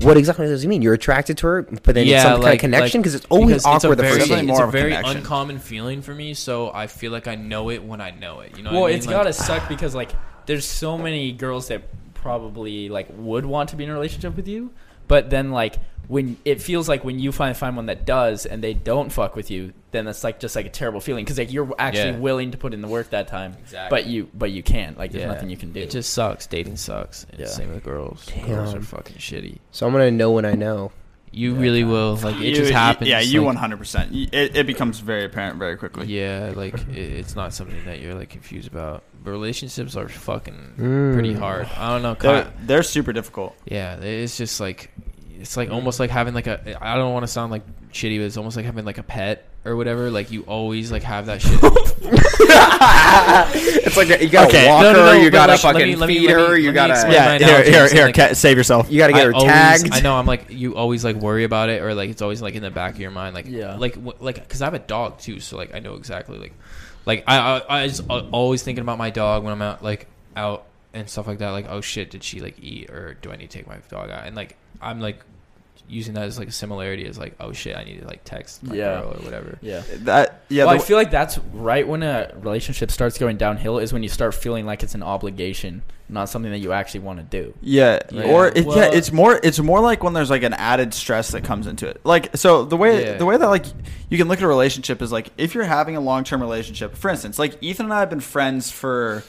D: What exactly does it mean? You're attracted to her, but then it's some kind of connection because it's always
G: because
D: awkward
G: It's a
D: the
G: very,
D: first
F: Definitely
D: date.
F: more
G: it's a
F: of a
G: very
F: connection.
G: uncommon feeling for me, so I feel like I know it when I know it. You know,
E: Well,
G: what I mean?
E: it's
G: Like, ah,
E: gotta suck because like there's so many girls that probably like would want to be in a relationship with you, but then like when it feels like when you finally find one that does and they don't fuck with you, then that's like just like a terrible feeling because like you're actually
G: Yeah.
E: willing to put in the work that time,
G: Exactly.
E: but you but you can't like there's
G: Yeah.
E: nothing you can do.
G: It just sucks. Dating sucks. And
E: Yeah.
G: Same with girls. Girls
D: Damn.
G: are fucking shitty.
D: So I'm gonna know when I know.
G: You really will. Like it just happens.
F: Yeah, you
G: like,
F: 100%. You- It, it becomes very apparent very quickly.
G: Yeah, like it, it's not something that you're like confused about. But relationships are fucking
D: Mm.
G: pretty hard. I don't know.
F: They're,
G: Kyle,
F: they're super difficult.
G: yeah, it's just like it's like almost like having like a. I don't want to sound like shitty, but it's almost like having like a pet or whatever. Like you always like have that shit.
D: It's like you gotta
F: Okay.
D: walk
G: No, no,
D: her,
G: no,
D: you
G: but
D: gotta
G: like, let
D: fucking
G: me- let me-
D: feed
G: let me-
D: her, you
G: let me
D: gotta
G: explain.
D: yeah.
G: my analogy is like-
F: cat, save yourself.
D: you gotta get
G: I
D: her
G: always-
D: tagged.
G: I know. I'm like you always like worry about it, or like it's always like in the back of your mind. Like
E: Yeah.
G: like wh- like because I have a dog too, so like I know exactly like like I I, I just al- always thinking about my dog when I'm out like out and stuff like that. Like oh shit, did she like eat or do I need to take my dog out? And like I'm like using that as like a similarity as like oh shit, I need to like text my
E: Yeah.
G: girl or whatever.
E: yeah.
F: That, yeah,
E: well,
F: the-
E: I feel like that's right when a relationship starts going downhill is when you start feeling like it's an obligation, not something that you actually want to do.
F: Yeah,
G: Yeah.
F: or it,
G: Well-
F: yeah, it's more it's more like when there's like an added stress that comes into it. Like so the way
G: Yeah.
F: the way that like you can look at a relationship is like if you're having a long term relationship. For instance, like Ethan and I have been friends for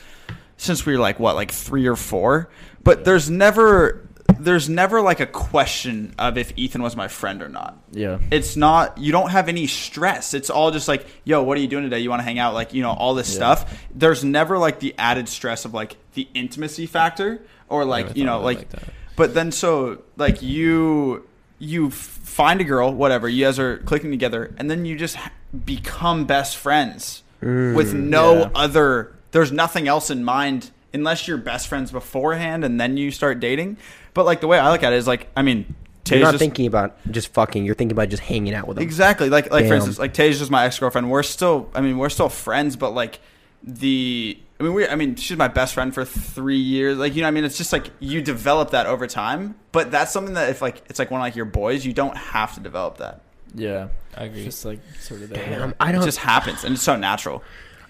F: since we were like what like three or four, but there's never there's never like a question of if Ethan was my friend or not
E: Yeah.
F: it's not you don't have any stress it's all just like yo what are you doing today you want to hang out like you know all this stuff there's never like the added stress of like the intimacy factor or like
G: Never
F: you
G: thought
F: know
G: of it
F: like,
G: like that.
F: but then so like you you f- find a girl whatever you guys are clicking together and then you just h- become best friends
G: Mm,
F: with no
E: yeah.
F: other there's nothing else in mind unless you're best friends beforehand and then you start dating but like the way i look at it is like i mean
D: You're
F: Taylor's
D: not
F: just-
D: thinking about just fucking. You're thinking about just hanging out with them.
F: Exactly. Like like for
D: Damn.
F: instance, like Tay's just my ex girlfriend. We're still I mean, we're still friends, but like the I mean we I mean, she's my best friend for three years. Like, you know, what I mean it's just like you develop that over time. But that's something that if like it's like one of like your boys, you don't have to develop that.
E: Yeah.
G: I agree.
E: Just like sort of there.
D: Damn, Um, I
F: It
D: don't.
F: just happens and it's so natural.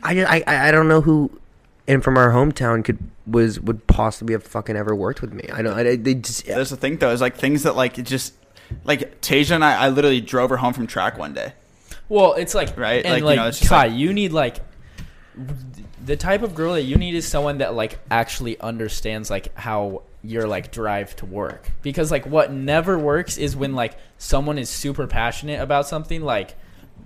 D: I, just, I I I don't know who, and from our hometown could was would possibly have fucking ever worked with me. I don't. I, I- they just.
F: That's the thing though, is like things that like it just like Tasia and I, I literally drove her home from track one day.
E: Well, it's like
F: Right? Like,
E: and
F: you
E: like,
F: know, it's just
E: Kai,
F: like-
E: you need like the type of girl that you need is someone that like actually understands like how your like drive to work because like what never works is when like someone is super passionate about something like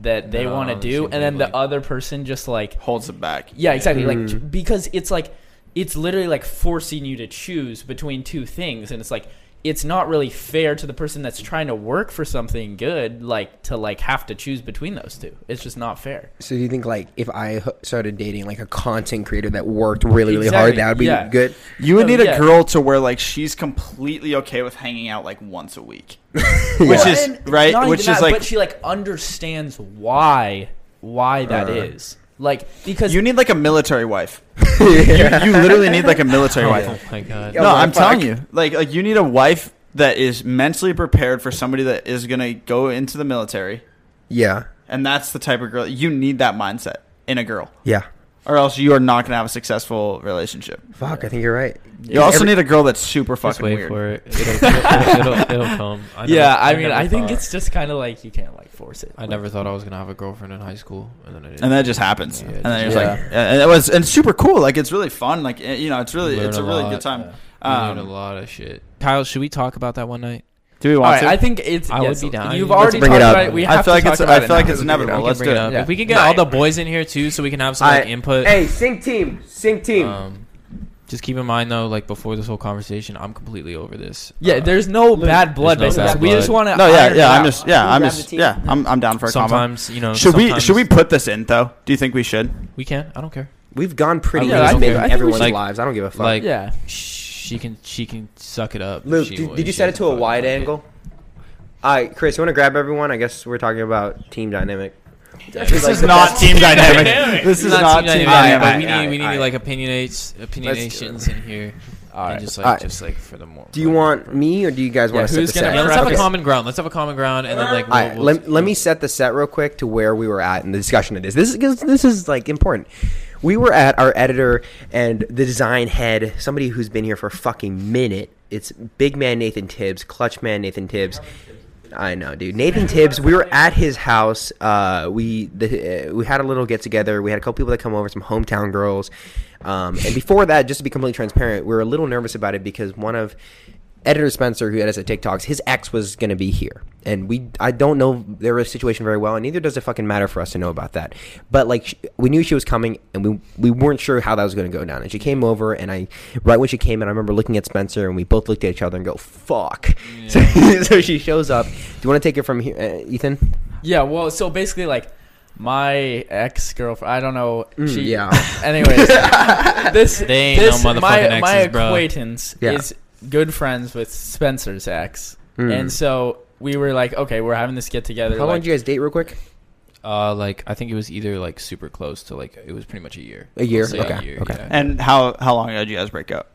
E: that they
G: No,
E: want to
F: Oh,
G: that
E: do
G: seems
E: and then
G: like-
E: the other person just like
F: Holds it back.
E: yeah, exactly. Like because it's like it's literally like forcing you to choose between two things, and it's like it's not really fair to the person that's trying to work for something good, like to like have to choose between those two. It's just not fair.
D: So do you think like if I h- started dating like a content creator that worked really really hard,
E: Exactly,
D: that would be
E: yeah.
D: good.
F: You would
E: Oh,
F: need
E: yeah.
F: a girl to where like she's completely okay with hanging out like once a week, which is
E: And
F: right.
E: not
F: Which is
E: even that,
F: like
E: but she like understands why why that is like because
F: you need like a military wife. you, you literally need like a military
G: oh
F: wife.
G: my god.
D: Yeah.
F: No,
D: Oh,
F: I'm
D: fuck.
F: telling you, like like you need a wife that is mentally prepared for somebody that is gonna go into the military,
D: Yeah.
F: and that's the type of girl you need that mindset in a girl,
D: Yeah.
F: or else you are not gonna have a successful relationship.
D: Fuck, I think you're right.
F: You also
D: Every-
F: need a girl that's super
G: Just
F: fucking
G: wait
F: weird.
G: for it. It'll, it'll, it'll, it'll come. I never-
E: yeah, I mean,
G: never
E: I think
G: thought-
E: it's just kind of like you can't like force it.
G: I never thought I was gonna have a girlfriend in high school, and then I did.
F: and that just happens.
G: Yeah,
F: and then
G: just-
F: it's like, and it was, and it's super cool. Like it's really fun. Like eh, you know, it's really,
G: Learn
F: it's
G: a
F: a really
G: lot,
F: good time.
G: We learned a
F: Um,
G: lot of shit. Kyle, should we talk about that one night?
F: do we
E: All
F: want to?
E: right, I think it's.
G: I would
E: yes,
G: be down.
E: You've
G: Let's
E: already
D: bring it
E: talked
D: up.
E: about it. We
F: I
E: have
F: feel
E: to
F: like
E: talk
F: it's- I
E: about it
F: feel like
E: now.
F: it's inevitable.
G: We
F: Let's
G: can
F: do
G: bring
F: it.
G: up.
E: Yeah.
G: If we could get
D: No,
G: all
D: I-
G: the boys in here too, so we can have some like, input.
D: sync team, sync team.
G: um, Just keep in mind though, like before this whole conversation, I'm completely over this.
E: Yeah,
G: Uh,
E: there's no
G: There's
E: bad blood.
G: no
E: basically,
G: bad
E: we just
G: blood.
E: want to.
F: No, yeah, yeah. I'm just, yeah, I'm just, yeah. I'm, I'm down for a combo.
G: sometimes you know.
F: Should we,
G: sometimes-
F: should we put this in though? Do you think we should?
G: We can. I don't care.
D: We've gone pretty
E: Yeah, I
D: easy
E: think-
D: in
G: I think
E: we
D: everyone's
G: should-
D: lives. I don't give a fuck.
G: Like,
E: Yeah.
G: she can. She can suck it up. if
D: Luke,
G: she
D: did,
G: wa-
D: did you
G: she
D: set it
G: has
D: to a
G: fucking
D: wide
G: like it.
D: angle? All right, Chris, you want to grab everyone? I guess we're talking about team dynamic.
F: This
D: Like
F: is
D: the
F: not
D: best-
F: team dynamic.
B: dynamic.
F: This is
G: Not
F: not
G: team
F: team dynamic.
G: dynamic,
D: dynamic.
G: but we need
D: Alright,
G: we need
D: alright,
G: like opinionates opinionations in here.
E: Alright.
G: And just like
D: Alright.
G: just like for the more.
D: Do you want me or do you guys
E: Yeah,
D: want to set
E: who's
D: the
E: gonna
D: set?
G: Yeah, let's have a
E: Okay.
G: common ground. Let's have a common ground, and then like.
D: All right, let, let me set the set real quick to where we were at in the discussion of this. This is 'cause this is like important. We were at our editor and the design head, somebody who's been here for a fucking minute. It's big man Nathan Tibbs, clutch man Nathan Tibbs. I know, dude. Nathan Tibbs. We were at his house. Uh, we the, uh, we had a little get together. We had a couple people that come over, some hometown girls. Um, and before that, just to be completely transparent, we were a little nervous about it because one of editor Spencer, who edits at TikToks, his ex was going to be here, and we I don't know their situation very well, and neither does it fucking matter for us to know about that. But like sh we knew she was coming, and we we weren't sure how that was going to go down. And she came over, and I right when she came in, I remember looking at Spencer, and we both looked at each other and go fuck. So, so she shows up. Do you want to take it from here, uh, Ethan?
E: Yeah, well, so basically, like my ex girlfriend. I don't know.
D: Mm,
E: she,
D: yeah.
E: Anyways, this
G: They ain't
E: this
G: no motherfucking
E: my my
G: exes, bro.
E: acquaintance
D: Yeah.
E: is good friends with Spencer's ex,
D: Mm.
E: and so we were like, okay, we're having this get together.
D: How long
E: like,
D: did you guys date, real quick?
G: Uh, like I think it was either like super close to like it was pretty much a year.
D: A year?
G: Let's say
D: Okay, okay.
G: yeah.
F: And how how long did you guys break up?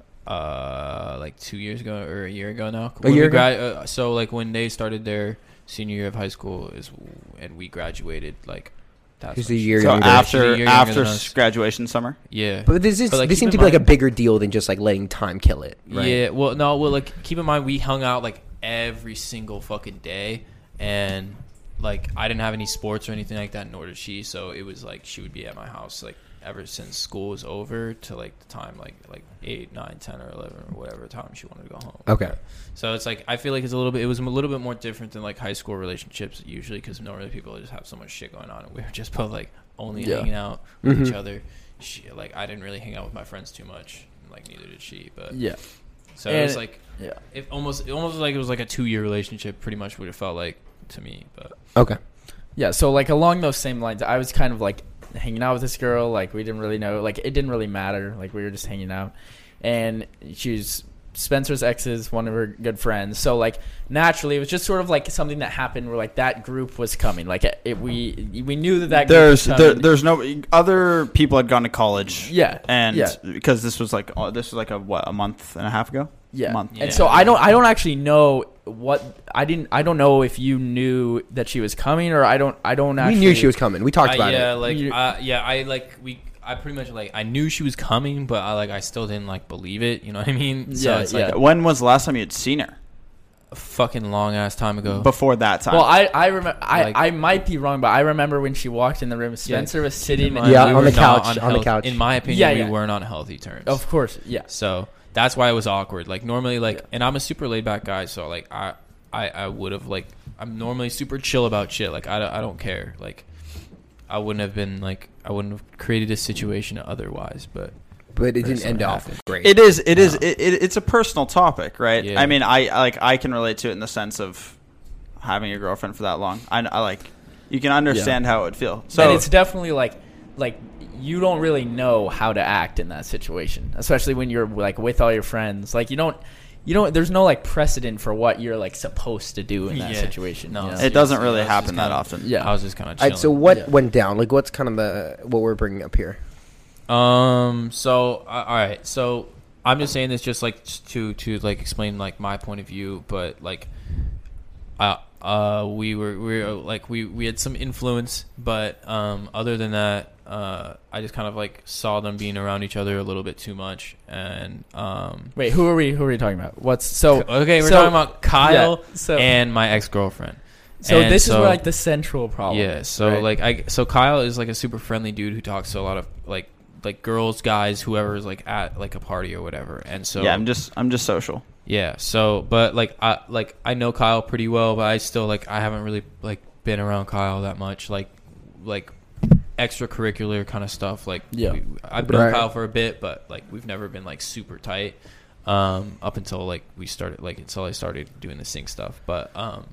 G: uh, like two years ago or a year ago now.
D: A year
G: we
D: ago?
G: gra- uh, so like when they started their senior year of high school is, and we graduated like. That's
D: He's
G: when
D: a
G: she-
D: year
F: So
D: younger.
G: She's
F: after
G: a year younger
F: after
G: than us.
F: graduation summer.
G: Yeah.
D: But this is
G: But, like,
D: this
G: keep
D: seems
G: in
D: to be like a
G: mind-
D: bigger deal than just like letting time kill it. Right?
G: Yeah. Well, no. Well, like keep in mind we hung out like every single fucking day, and like I didn't have any sports or anything like that, nor did she. So it was like she would be at my house like ever since school was over to like the time like like eight, nine, ten, or eleven or whatever time she wanted to go home.
D: Okay.
G: So it's like I feel like it's a little bit. It was a little bit more different than like high school relationships usually because normally people just have so much shit going on, and we were just both like only
E: Yeah.
G: hanging out with
D: Mhm.
G: each other. She, like I didn't really hang out with my friends too much. and, Like neither did she, but
E: Yeah,
G: so
E: And-
G: it was like
E: yeah.
G: it almost it almost like it was like a two year relationship, pretty much what it felt like to me. But
D: Okay.
E: Yeah, so like along those same lines, I was kind of like hanging out with this girl. Like we didn't really know. Like it didn't really matter. Like we were just hanging out, and she was Spencer's exes, one of her good friends. So like naturally, it was just sort of like something that happened where like that group was coming. Like it, it- we we knew that that group
F: There's
E: was
F: there,
E: coming.
F: there's no other people had gone to college.
E: Yeah,
F: and
E: yeah.
F: because this was like oh, this was like a what a month and a half ago.
E: yeah.
F: month.
G: Yeah.
E: And so I don't I don't actually know what I didn't I don't know if you knew that she was coming or I don't I don't actually
D: we knew she was coming. We talked
G: I,
D: about
G: yeah,
D: it.
G: like
E: You-
G: uh, yeah, I like we I pretty much like I knew she was coming, but I like I still didn't like believe it. You know what I mean?
E: Yeah,
G: so it's like
E: yeah.
F: When was the last time you'd seen her?
G: a fucking long ass time ago.
F: Before that time.
E: Well, I I remember I,
G: Like-
E: I might be wrong, but I remember when she walked in the room, Spencer was
G: Keep in
E: sitting.
G: mind,
D: Yeah,
G: we
D: on
G: were
D: the
G: not
D: couch, on the
G: health-
D: couch.
G: In my opinion,
E: Yeah, yeah.
G: we weren't on healthy terms.
E: of course, yes.
G: So that's why it was awkward. Like normally, like, and I'm a super laid back guy, so like I, I, I would have like, I'm normally super chill about shit. Like I, don't- I don't care. Like I wouldn't have been like, I wouldn't have created a situation otherwise. But
D: but it didn't
G: That's
D: end
G: what
D: off
G: happened.
D: great.
F: it is it is it, it, it's a personal topic, right?
G: Yeah.
F: I mean, I I, like I can relate to it in the sense of having a girlfriend for that long. I, I like you can understand how it would feel. So
E: and it's definitely like like you don't really know how to act in that situation, especially when you're like with all your friends. Like you don't you don't. There's no like precedent for what you're like supposed to do in that
G: Yeah.
E: situation.
G: No,
E: you know?
F: it doesn't really
G: I was just
F: happen that
G: kinda-
F: often.
E: Yeah.
G: I was just kind of
D: All
G: chilling.
D: right, so what
E: Yeah.
D: went down? Like, what's kind of the what we're bringing up here?
G: Um. So, uh, all right. So, I'm just saying this just like just to to like explain like my point of view, but like, uh, uh, we were we were like we we had some influence, but um, other than that, uh, I just kind of like saw them being around each other a little bit too much, and um.
E: Wait, who are we? Who are we talking about? What's so?
G: Okay, we're
E: so-
G: talking about Kyle
E: yeah, so-
G: and my ex girlfriend.
E: So this is where like the central problem.
G: Yeah.
E: is,
G: So
E: right?
G: like I so Kyle is like a super friendly dude who talks to a lot of like like girls, guys, whoever is like at like a party or whatever. And so
F: yeah, I'm just I'm just social.
G: yeah. So but like I like I know Kyle pretty well, but I still like I haven't really like been around Kyle that much. Like like extracurricular kind of stuff. Like,
E: Yeah.
G: we- I've known
D: Right.
G: Kyle for a bit, but like we've never been like super tight um, up until like we started like until I started doing the sync stuff. But um,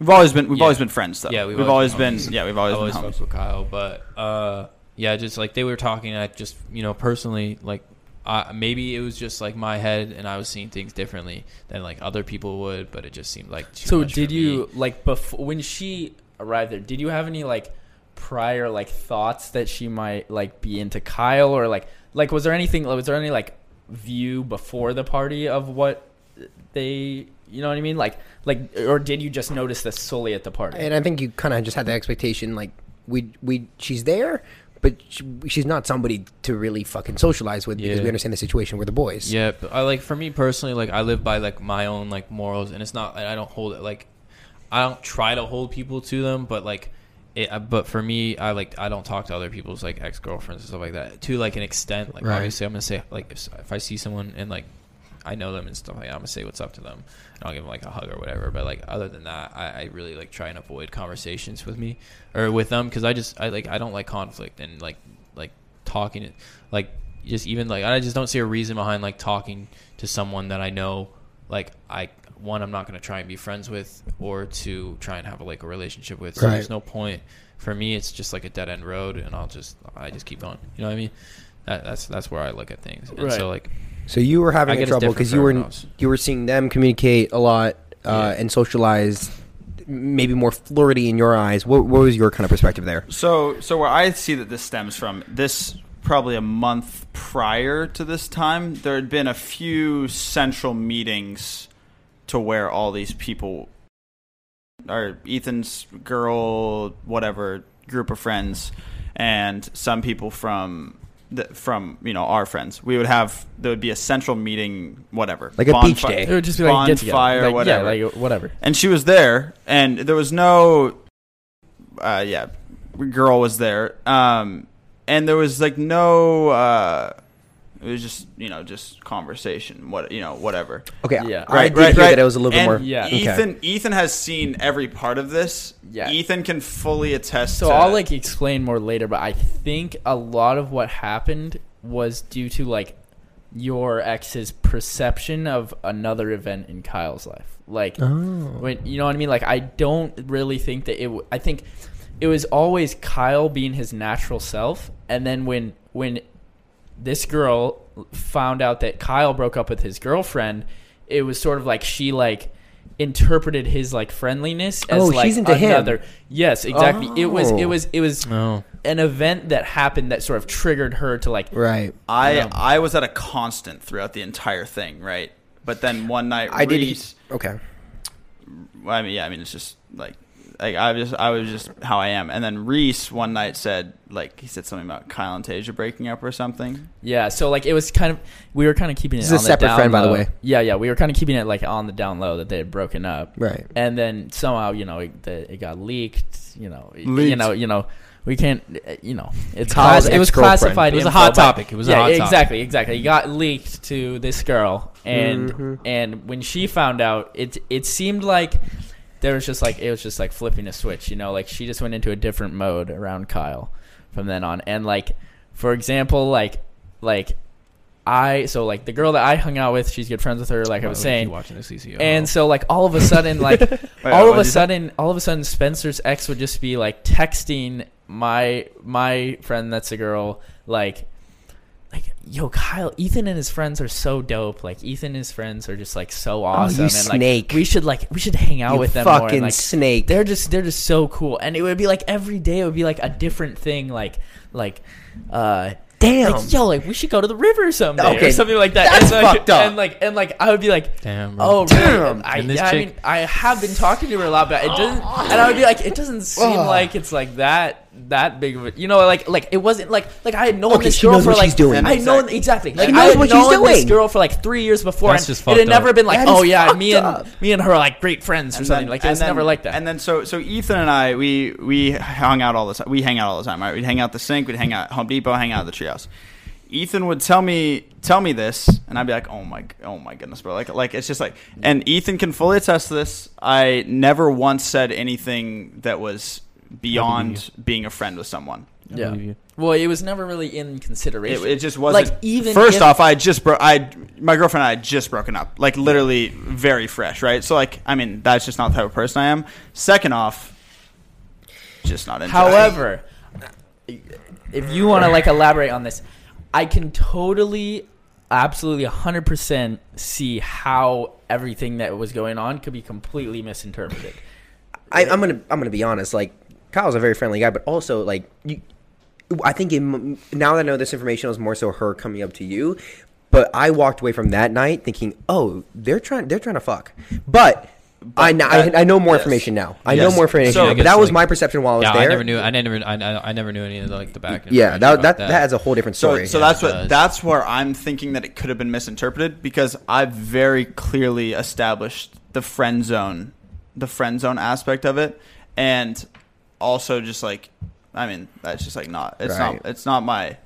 F: We've always been we've
G: Yeah.
F: always been friends though.
G: Yeah,
F: we've,
G: we've
F: always
G: always
F: been,
G: been homies.
F: yeah, we've
G: I
F: always,
G: always
F: been
G: fucked
F: homies.
G: with Kyle, but uh, yeah, just like they were talking, and I just you know personally like I, maybe it was just like my head, and I was seeing things differently than like other people would, but it just seemed like too
E: So
G: much for
E: did
G: me.
E: you like before when she arrived there? Did you have any like prior like thoughts that she might like be into Kyle or like like was there anything was there any like view before the party of what they you know what I mean like like or did you just notice this solely at the party?
D: And I think you kind of just had the expectation, like we we she's there, but she, she's not somebody to really fucking socialize with because
G: Yeah.
D: we understand the situation with the boys.
G: Yeah, but I like for me personally, like I live by like my own like morals, and it's not I don't hold it like I don't try to hold people to them, but like it. I- But for me, I like I don't talk to other people's like ex girlfriends and stuff like that to like an extent. Like
D: Right.
G: obviously, I'm gonna say like if, if I see someone and like I know them and stuff like that, I'm gonna say what's up to them, and I'll give them like a hug or whatever. But like other than that, I, I really like try and avoid conversations with me or with them because I just I like I don't like conflict and like like talking it like just even like I just don't see a reason behind like talking to someone that I know like I one I'm not gonna try and be friends with or to try and have like a relationship with. So
D: Right.
G: there's no point for me. It's just like a dead end road, and I'll just I just keep going. You know what I mean? That, that's that's where I look at things. And
E: Right.
G: so like
D: So you were
G: I
D: having
G: get it's
D: trouble
G: different
D: because
G: for
D: you were
G: everyone else.
D: you were seeing them communicate a lot uh,
G: Yeah.
D: and socialize, maybe more flirty in your eyes. What, what was your kind of perspective there?
F: So so where I see that this stems from, this probably a month prior to this time, there had been a few central meetings to where all these people or Ethan's girl, whatever group of friends, and some people from the, from you know our friends. We would have there would be a central meeting, whatever,
D: Like a beach day.
E: it would just be like get together.
F: bonfire,
E: like,
F: whatever.
E: Yeah, like whatever.
F: and she was there, and there was no, uh, yeah, girl was there, um, and there was like no, uh, it was just you know just conversation, what you know whatever.
D: Okay,
E: Yeah.
D: I did hear that it was a little bit
F: And
D: more.
E: yeah. Okay.
F: Ethan, Ethan has seen every part of this.
E: Yeah.
F: Ethan can fully attest.
E: So
F: to
E: I'll like explain more later, but I think a lot of what happened was due to like your ex's perception of another event in Kyle's life.
D: Oh.
E: Like, when, you know what I mean? Like, I don't really think that it. W- I think it was always Kyle being his natural self, and then when when this girl found out that Kyle broke up with his girlfriend, it was sort of like she like interpreted his like friendliness as
D: Oh,
E: like
D: she's into him.
E: another Yes, exactly. It was it
D: Oh.
E: was it was
G: no.
E: an event that happened that sort of triggered her to like
D: Right.
F: I I was at a constant throughout the entire thing, right? But then one night,
D: I did.
F: Reese-
D: Okay.
F: I mean, yeah, I mean, it's just like, like I was just, I was just how I am. And then Reese one night said, like, he said something about Kyle and Tasia breaking up or something.
E: yeah. So like it was kind of we were kind of keeping it.
D: This is a
E: on the
D: separate
E: down
D: friend, by the
E: low.
D: way.
E: Yeah, yeah. We were kind of keeping it like on the down low that they had broken up.
D: Right.
E: And then somehow you know it, the, it got leaked. You know. it- You
F: Leaked.
E: know. You know. We can't. uh, You know. It's
D: Kyle's
E: class, It was
D: ex-girlfriend.
E: classified.
G: It was a
E: info,
G: hot
E: but-
G: topic. It was a hot topic.
E: Exactly. Exactly. It got leaked to this girl, and
D: Mhm.
E: and when she found out, it it seemed like. there was just like it was just like flipping a switch, you know, like she just went into a different mode around Kyle from then on. And like for example, like like I so like the girl that I hung out with, she's good friends with her, like I was saying.
G: watching this ECO.
E: And so like all of a sudden like
F: Wait,
E: all of
F: what'd
E: a
F: you say?
E: sudden all of a sudden Spencer's ex would just be like texting my my friend that's a girl like like yo Kyle Ethan and his friends are so dope like Ethan and his friends are just like so awesome and like
D: Oh, snake.
E: we should like we should hang out
D: You
E: with them more
D: fucking
E: and, like,
D: snake.
E: they're just they're just so cool and it would be like every day it would be like a different thing like like uh
D: Damn.
E: like, yo, like we should go to the river someday
D: Okay,
E: or something like that.
D: that's
E: and, like,
D: fucked up.
E: And like, and like, I would be like,
G: Damn, bro.
E: oh,
D: Damn.
E: damn. I,
G: And this
E: yeah, I
G: chick-
E: mean, I have been talking to her a lot, but it doesn't. And I would be like, it doesn't seem
D: Ugh.
E: like it's like that that big of a, you know, like like it wasn't like like I had known
D: Okay,
E: this
D: she
E: girl
D: knows
E: for
D: what
E: like
D: she's doing.
E: I know exactly like
D: She
E: I
D: knows
E: had
D: what she's
E: known this
D: doing.
E: girl for like three years before.
G: That's
E: and
G: just
E: it had
G: fucked
E: never
G: up.
E: been like,
D: That
E: oh
D: is
E: yeah,
D: fucked
E: me and
D: up.
E: me and her are like great friends or
F: And
E: something.
F: then-
E: like
F: and
E: it's
F: then-
E: never like that.
F: And then so so Ethan and I we we hung out all the time. We hang out all the time, right? We'd hang out at the sink, we'd hang out at Home Depot, hang out at the treehouse. Ethan would tell me tell me this, and I'd be like, oh my oh my goodness, bro. Like like it's just like, and Ethan can fully attest to this. I never once said anything that was beyond being a friend with someone.
C: I
E: Yeah.
C: believe you.
E: Well, it was never really in
F: It,
E: consideration.
F: it just wasn't.
E: Like, even
F: first
E: if-
F: off, I had just bro- I my girlfriend and I had just broken up, like literally very fresh, right? So like, I mean, that's just not the type of person I am. Second off, just not into
E: However, if you want to like elaborate on this, I can totally, absolutely, hundred percent see how everything that was going on could be completely misinterpreted.
D: I, I'm gonna I'm gonna be honest. Like Kyle's a very friendly guy, but also like you, I think it, m- now that I know this information, it was more so her coming up to you. But I walked away from that night thinking, oh, they're trying they're trying to fuck. But, I, kn-
F: that-
D: I I know more
F: yes.
D: information now. I
F: Yes.
D: know more information.
G: So-
D: now, but that was my perception while I was
G: yeah,
D: there.
G: I never knew. I never. I, I, I never knew any of the, like the back.
D: Yeah,
G: information
D: that
G: about
D: that, that has a whole different
F: So,
D: story.
F: so that's what
G: does.
F: that's where I'm thinking that it could have been misinterpreted because I've very clearly established the friend zone, the friend zone aspect of it, and also just like, I mean, that's just like not it's
D: Right.
F: not it's not my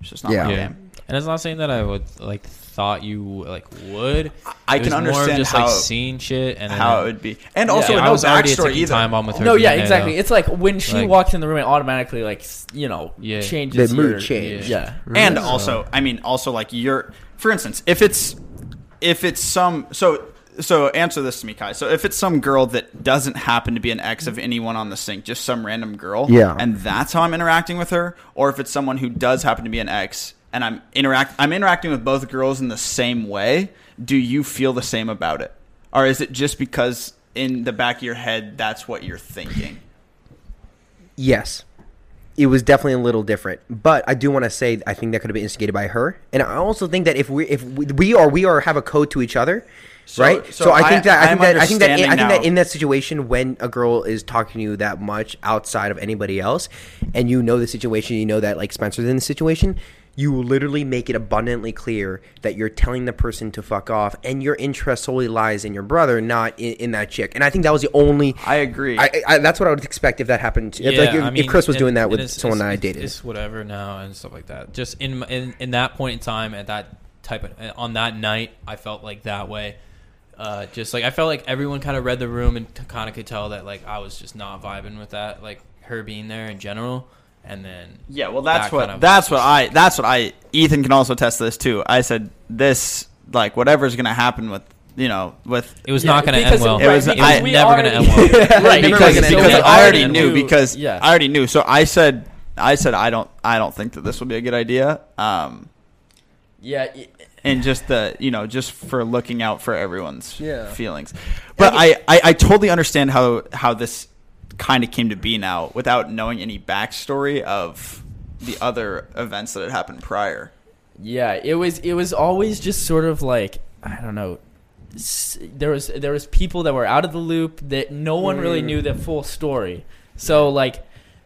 F: it's just not
D: Yeah.
F: my
G: yeah.
F: game.
G: And it's not saying that I would like thought you like would.
F: I
G: It was
F: can
G: more of
F: understand
G: just
F: how
G: like seeing shit and
F: how it
G: then,
F: would be, and also
G: Yeah,
F: with
G: I
F: no
G: was already
F: backstory
G: taking
F: either.
G: time on with her.
E: No, yeah,
G: DNA,
E: exactly.
G: though.
E: It's like when she
G: Like-
E: walked in the room, it automatically like s- you know
G: Yeah.
E: changes
D: The mood
E: your-
D: changed.
E: Yeah,
F: and also i mean also like your for instance if it's if it's some so so answer this to me kai so if it's some girl that doesn't happen to be an ex of anyone on the sync just some random girl
D: Yeah.
F: and that's how i'm interacting with her or if it's someone who does happen to be an ex and i'm interact i'm interacting with both girls in the same way do you feel the same about it or is it just because in the back of your head that's what you're thinking
D: Yes. It was definitely a little different, but I do want to say I think that could have been instigated by her, and I also think that if we if we, we are we are have a code to each other, right?
F: so
D: So, I
F: I-
D: think that I
F: I'm
D: think that I think that I
F: understanding
D: think that
F: now.
D: in that situation when a girl is talking to you that much outside of anybody else, and you know the situation, you know that like Spencer's in the situation, you will literally make it abundantly clear that you're telling the person to fuck off, and your interest solely lies in your brother, not in, in that chick. And I think that was the only
F: i agree
D: I, I, that's what I would expect if that happened. if, like, if,
G: I
D: if
G: mean,
D: Chris was
G: and-
D: doing that
G: and
D: with
G: it's-
D: someone
G: it's-
D: that I
G: it's-
D: dated.
G: it's whatever now and stuff like that. Just in my- in, in that point in time, at that type of uh, on that night, I felt like that way. Uh, just like I felt like everyone kind of read the room and kind of could tell that like I was just not vibing with that, like her being there in general. And then
F: Yeah, well, that's
G: that
F: what
G: kind of-
F: that's what I that's what I Ethan can also attest to this too. I said this like whatever's gonna happen with you know with
G: it was
E: Yeah,
G: not going to end
E: because
G: well.
F: it was-
G: it was
F: I-
E: we
G: never going to
E: already-
G: end well.
F: because
E: right, because,
F: because,
E: so we
F: I already knew because
E: yeah.
F: I already knew. So I said I said I don't I don't think that this would be a good idea. Um,
E: yeah, y-
F: and just the you know just for looking out for everyone's
E: Yeah.
F: feelings. But I, I I totally understand how how this kind of came to be now without knowing any backstory of the other events that had happened prior.
E: Yeah, it was it was always just sort of like I don't know. s- There was there was people that were out of the loop that no one really knew the full story. So like,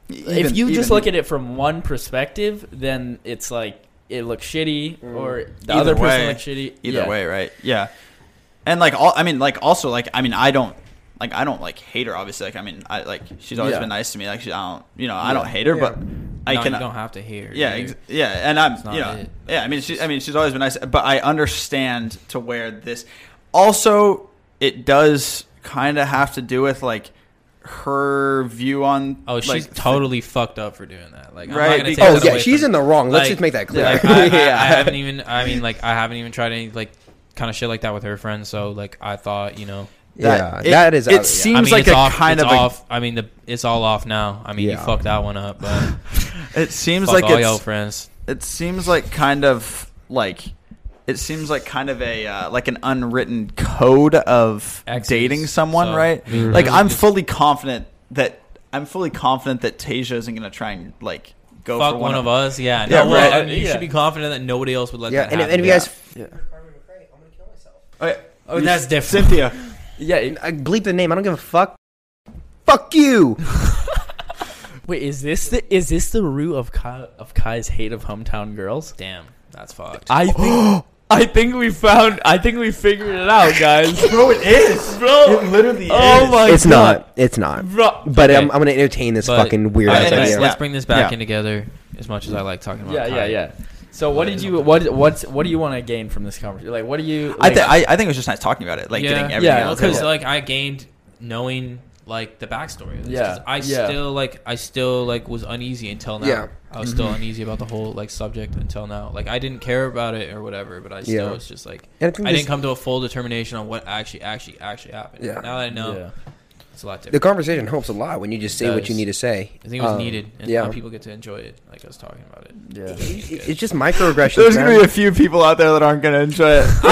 E: if
F: Even-
E: you just
F: even-
E: look at it from one perspective, then it's like it looks shitty, or
F: Mm.
E: the
F: Either
E: other person
F: way.
E: looks shitty.
F: either
E: Yeah.
F: way, right? Yeah. And like all, I mean, like also like I mean, I don't like I don't like hate her. Obviously, like I mean, I like she's always
E: Yeah.
F: been nice to me. Like she, I don't, you know, I don't hate her,
D: Yeah.
F: but I
G: no,
F: can.
G: you don't have to hear.
F: yeah,
G: either.
F: ex- yeah, and I'm,
G: not
F: you know,
G: it.
F: yeah. I mean, she, I mean, she's always been nice, but I understand to where this. Also, it does kind of have to do with like her view on.
G: Oh, she's
F: like, thi-
G: totally fucked up for doing that. Like,
F: Right,
G: I'm not gonna take
F: because-
G: that
F: Oh, yeah,
G: away
D: she's
G: from-
D: in the wrong. Let's just make that clear.
G: like, I, I-
D: Yeah.
G: I haven't even. I mean, like, I haven't even tried any like kind of shit like that with her friends. So, like, I thought, you know,
F: that-
D: yeah,
F: it-
D: that is.
F: It
D: out-
F: seems
G: I mean,
F: like
G: it's
F: a
G: off,
F: kind
G: it's
F: of a-
G: off. I mean, the it's all off now. I mean, you
D: Yeah.
G: fucked that one up, but
F: it seems
G: fuck
F: like
G: all
F: it's
G: y'all friends.
F: it seems like kind of like it seems like kind of a uh, like an unwritten code of
G: Exes,
F: dating someone,
G: so-
F: right?
G: Mhm.
F: Like I'm
G: Just-
F: fully confident that I'm fully confident that Tasia isn't gonna try and like go
G: Fuck
F: Oh, for
G: one, of us. Yeah,
F: Yeah,
G: no, well,
F: right.
G: I mean, you
E: Yeah.
G: should be confident that nobody else would let
D: Yeah,
G: that
D: and,
G: happen.
D: and if you
F: yeah.
D: guys,
F: Oh, yeah.
E: Oh, that's
G: different.
F: Cynthia.
E: Yeah. it-
D: I uh, bleep the name. I don't give a fuck. Fuck you.
E: Wait, is this the is this the root of Kai, of Kai's hate of hometown girls?
G: Damn, that's fucked.
E: I think I think we found I think we figured it out, guys.
F: Bro, it is.
E: Bro,
F: It literally
E: oh
F: is.
E: my
D: it's
E: god,
D: not. It's not.
E: bro.
D: But I'm,
G: Okay.
D: I'm gonna entertain this
G: But-
D: fucking weird
G: All
D: ass
G: right, let's,
D: idea.
G: let's bring this back
F: Yeah.
G: in together. As much as I like talking about,
E: yeah, yeah,
G: Kai.
E: yeah. So what did you what what what do you want to gain from this conversation? Like, what do you?
F: I,
E: Like,
F: th- I, I think it was just nice talking about it, like
G: yeah,
F: getting everything
E: yeah,
F: out.
E: okay.
G: because like I gained knowing like the backstory. Of this,
E: Yeah,
G: 'cause I
E: yeah.
G: still like I still like was uneasy until now.
D: Yeah. Mm-hmm.
G: I was still uneasy about the whole like subject until now. Like I didn't care about it or whatever, but I still
D: Yeah.
G: was just like
D: And I
G: I,
D: think this-
G: didn't come to a full determination on what actually actually actually happened.
D: Yeah.
G: Now that I know,
E: Yeah.
G: it's a lot
D: The
G: different.
D: conversation helps a lot when you just say what
G: does.
D: you need to say.
G: I think it was
D: Um,
G: needed, and
D: yeah.
G: now people get to enjoy it. Like I was talking about it.
E: Yeah.
D: It-
G: It's
D: it-
G: good.
D: It's just microaggressions.
F: There's gonna
D: man.
F: be a few people out there that aren't gonna enjoy it.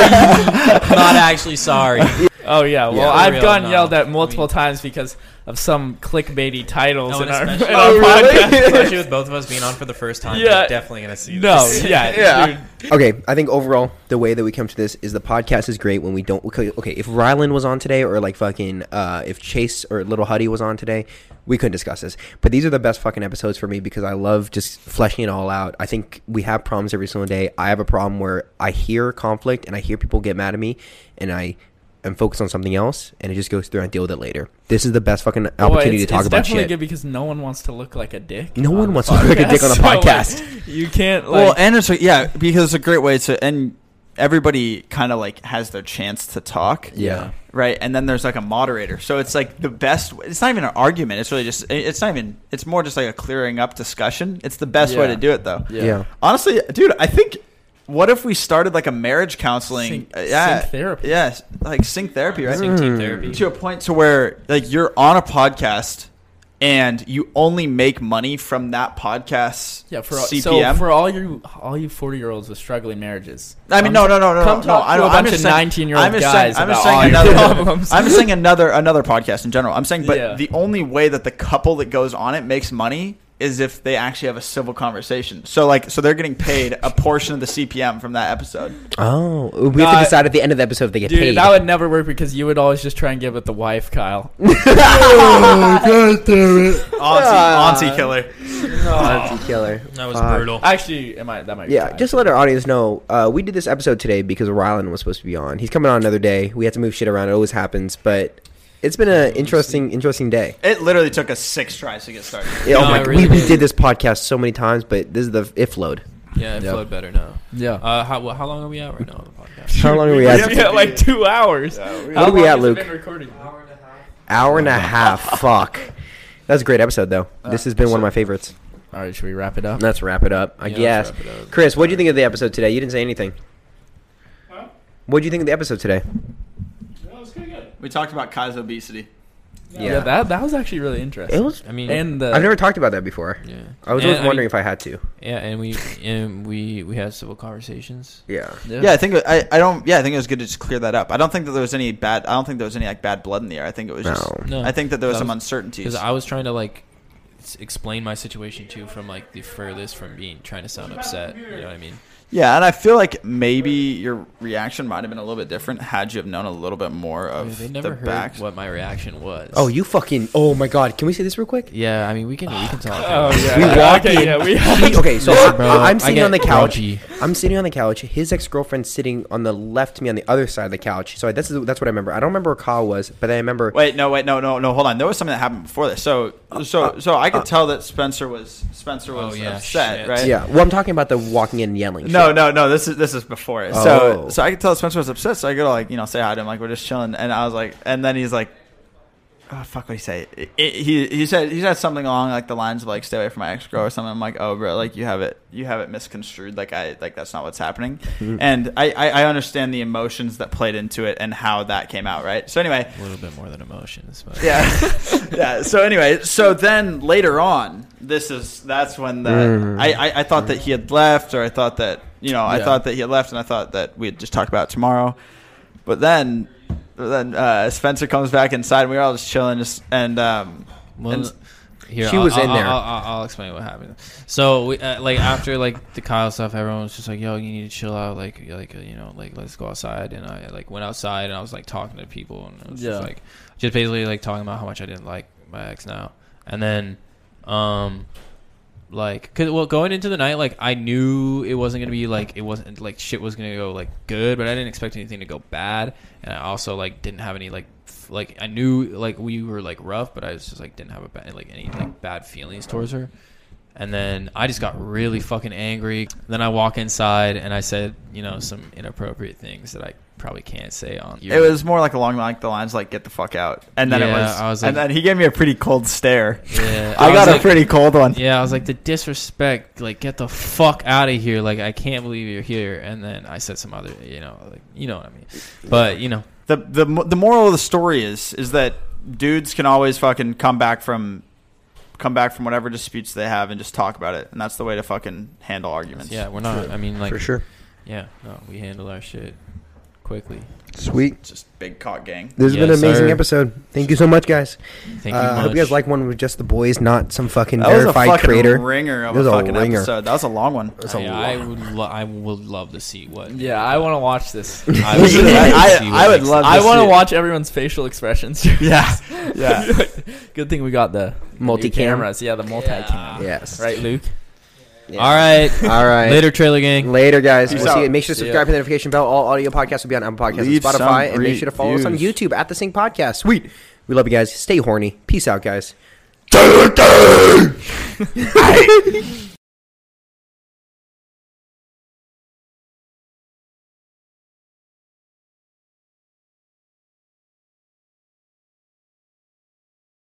G: not actually sorry.
E: Oh yeah. Well,
D: Yeah.
E: I've
G: Real
E: gotten
G: novel.
E: yelled at
G: I
E: multiple
G: mean-
E: times because of some clickbaity titles
G: No,
E: in
G: and
E: our, in
G: especially-
E: our
F: Oh, really?
E: podcast.
G: Especially with both of us being on for the first time,
E: Yeah.
G: yeah. definitely gonna see.
E: No,
G: this.
E: yeah,
F: Yeah.
E: dude.
D: Okay, I think overall the way that we come to this is the podcast is great when we don't. Okay, okay, if Rylan was on today, or like fucking, uh, if Chase or Little Huddy was on today, we couldn't discuss this. But these are the best fucking episodes for me because I love just fleshing it all out. I think we have problems every single day. I have a problem where I hear conflict and I hear people get mad at me, and I am focused on something else, and it just goes through and I deal with it later. This is the best fucking
E: Well,
D: opportunity
E: it's,
D: to talk
E: it's
D: about
E: definitely
D: shit.
E: good because no one wants to look like a dick.
D: no one wants to
E: podcast.
D: look like a dick on a
E: So, like,
D: podcast.
E: you can't. Like,
F: well, and it's a, yeah, because it's a great way to and everybody kind of like has their chance to talk.
D: Yeah.
F: Right, and then there's like a moderator, so it's like the best. It's not even an argument. It's really just. It's not even. It's more just like a clearing up discussion. It's the best way
E: Yeah.
F: to do it, though.
E: Yeah.
D: yeah.
F: Honestly, dude, I think what if we started like a marriage counseling,
E: Sync-
F: uh, yeah,
E: sync therapy.
F: yes, like sync therapy, right?
G: Sync team therapy.
F: to a point to where like you're on a podcast and you only make money from that podcast.
E: yeah, for all,
F: CPM.
E: so for all you all you forty year olds with struggling marriages.
F: I mean,
E: come
F: no, no, no, no,
E: come
F: no,
E: talk
F: no. I
E: to
F: don't.
E: a
F: I'm
E: bunch
F: just
E: of
F: saying-
E: 19-year-old
F: I'm just saying,
E: guys
F: I'm
E: about
F: just
E: all
F: saying
E: your
F: another,
E: problems.
F: I'm just saying another another podcast in general. I'm saying, but
E: Yeah.
F: the only way that the couple that goes on it makes money is if they actually have a civil conversation. So like, so they're getting paid a portion of the CPM from that episode.
D: Oh, we have
E: Nah,
D: to decide at the end of the episode if they get
E: Uh, Dude,
D: paid.
E: that would never work because you would always just try and get with the wife, Kyle.
F: Auntie, auntie killer.
D: Ah. Auntie killer.
G: that was
D: Fuck.
G: brutal.
E: Actually, it might that might. Be
D: Yeah,
E: fine.
D: just to let our audience know, uh, we did this episode today because Rylan was supposed to be on. He's coming on another day. We had to move shit around. It always happens, but it's been an interesting, interesting day.
F: It literally took us six tries to get started.
D: Yeah, oh
G: No,
D: my
G: it
D: God,
G: really
D: we, we
G: did.
D: did this podcast so many times, but this is the it flowed.
G: Yeah, it
E: Yeah.
G: flowed better now.
E: yeah.
G: Uh, how, well, how long are we at right now on the podcast?
D: How long are we
E: We
D: at?
E: have to be at like two hours.
D: What are we at, Luke?
E: recording?
D: Hour and a half. Fuck. That was a great episode, though.
G: Uh,
D: This has been one of my favorites.
E: All right, should we wrap it up?
D: Let's wrap it up, I
G: Yeah,
D: guess.
G: let's wrap it up.
D: Chris, what do you think of the episode today? You didn't say anything. What do you think of the episode today?
B: That was pretty good.
F: We talked about Kai's obesity.
E: Yeah. that uh, that was actually really interesting.
D: It was.
G: I mean,
E: and the
D: I've never talked about that before.
G: yeah,
D: I was
G: And,
D: always
G: mean,
D: wondering if I had to.
G: yeah, and we and we we had civil conversations.
D: Yeah.
F: Yeah, I think I, I don't. Yeah, I think it was good to just clear that up. I don't think that there was any bad. I don't think there was any like bad blood in the air. I think it was just.
G: No.
F: I think that there was
G: That
F: some
G: was-
F: uncertainties.
G: Because I was trying to like s- explain my situation too from like the furthest from being trying to sound upset. You know what I mean?
F: yeah, and I feel like maybe your reaction might have been a little bit different had you have known a little bit more
G: I mean,
F: of
G: they never
F: the
G: heard
F: back.
G: what my reaction was.
D: Oh, you fucking! Oh my god! Can we say this real quick?
G: yeah. I mean, we can we can talk.
E: Oh yeah.
D: We walk
E: okay,
D: in.
E: Yeah, we
D: He- okay, so
G: Nah, bro,
D: I'm
G: I
D: sitting
G: get
D: on the couch.
G: grouchy.
D: I'm sitting on the couch. His ex girlfriend's sitting on the left to me on the other side of the couch. So that's that's what I remember. I don't remember where Kyle was, but I remember.
F: Wait, no, wait, no, no, no. Hold on. There was something that happened before this. So, so, so I could tell that Spencer was Spencer was
G: Oh, yeah,
F: upset,
G: shit.
F: right?
D: Yeah. Well, I'm talking about the walking in and yelling.
F: No,
D: shit.
F: no, no. This is this is before it.
D: Oh.
F: So so I could tell Spencer was upset. So I go to like you know say hi to him like we're just chilling, and I was like, and then he's like, oh fuck, what he say? It- it- he he said he said something along like the lines of like stay away from my ex girl or something. I'm like, oh bro, like you have it you have it misconstrued. Like I like that's not what's happening.
D: Mm-hmm.
F: and I, I I understand the emotions that played into it and how that came out, right? So anyway,
G: a little bit more than emotions. But
F: yeah yeah so anyway so then later on this is that's when the
G: Mm.
F: I, I i thought that he had left or i thought that you know i
E: Yeah.
F: thought that he had left and i thought that we had just talked about it tomorrow but then then uh spencer comes back inside and we were all just chilling just and um
G: Well,
F: and-
G: here,
D: She
G: I'll,
D: was
G: I'll-
D: in there.
G: I'll, I'll, I'll explain what happened. So, we, uh, like after like the Kyle stuff, everyone was just like, "Yo, you need to chill out. Like, like uh, you know, like let's go outside." And I like went outside and I was like talking to people and it was
E: Yeah.
G: just like just basically like talking about how much I didn't like my ex now. And then, um, like, cause well, going into the night, like I knew it wasn't gonna be like it wasn't like shit was gonna go like good, but I didn't expect anything to go bad, and I also like didn't have any like f- like I knew like we were like rough, but I was just like didn't have a bad, like any like bad feelings towards her. And then I just got really fucking angry. Then I walk inside and I said, you know, some inappropriate things that I probably can't say on.
F: It was more like along like the lines like "get the fuck out," and then it
G: Yeah,
F: was,
G: I was
F: and
G: like-
F: then he gave me a pretty cold stare.
G: Yeah,
F: I,
G: was
F: got a
G: like-
F: pretty cold one.
G: Yeah, I was like the disrespect. Like, get the fuck out of here. Like, I can't believe you're here. And then I said some other, you know, like, you know what I mean. But you know,
F: The the mo- the moral of the story is is that dudes can always fucking come back from come back from whatever disputes they have and just talk about it, and that's the way to fucking handle arguments.
G: yeah, we're not. I mean, like,
D: for sure.
G: Yeah, no, we handle our shit quickly.
D: Sweet.
F: It's just big cock gang.
D: This has been an
G: Yes,
D: amazing
G: sir.
D: episode. Thank you so much, guys.
G: Thank you.
D: uh, I hope you
G: much.
D: guys like one with just the boys, not some fucking
F: That was a
D: verified
F: fucking
D: creator.
F: ringer of
D: It was
F: a
D: a
F: fucking
D: ringer.
F: episode. That was a long one.
D: That's a
G: I, I
D: lot.
G: would. Lo- I would love to see what.
E: Yeah, I want to watch this.
G: I
F: Me
G: would,
F: either.
G: love to
F: I-
G: see
F: I would
G: makes-
F: love-
E: I
F: this
E: want to
F: shit.
E: watch everyone's facial expressions.
F: Yeah, yeah.
E: Good thing we got the new
D: Multicam.
E: cameras. Yeah, the multi cam.
D: Yes.
E: Right, Luke.
G: All right.
D: All right.
G: Later, trailer gang.
D: Later, guys.
F: Peace
D: we'll see
F: out.
D: you. Make sure to
E: See ya.
D: subscribe to the notification bell. All audio podcasts will be on Apple Podcasts
F: Leave
D: and
F: some
D: Spotify. And make sure to follow us on
F: reviews.
D: YouTube at The Sync Podcast. Sweet. We love you guys. Stay horny. Peace out, guys.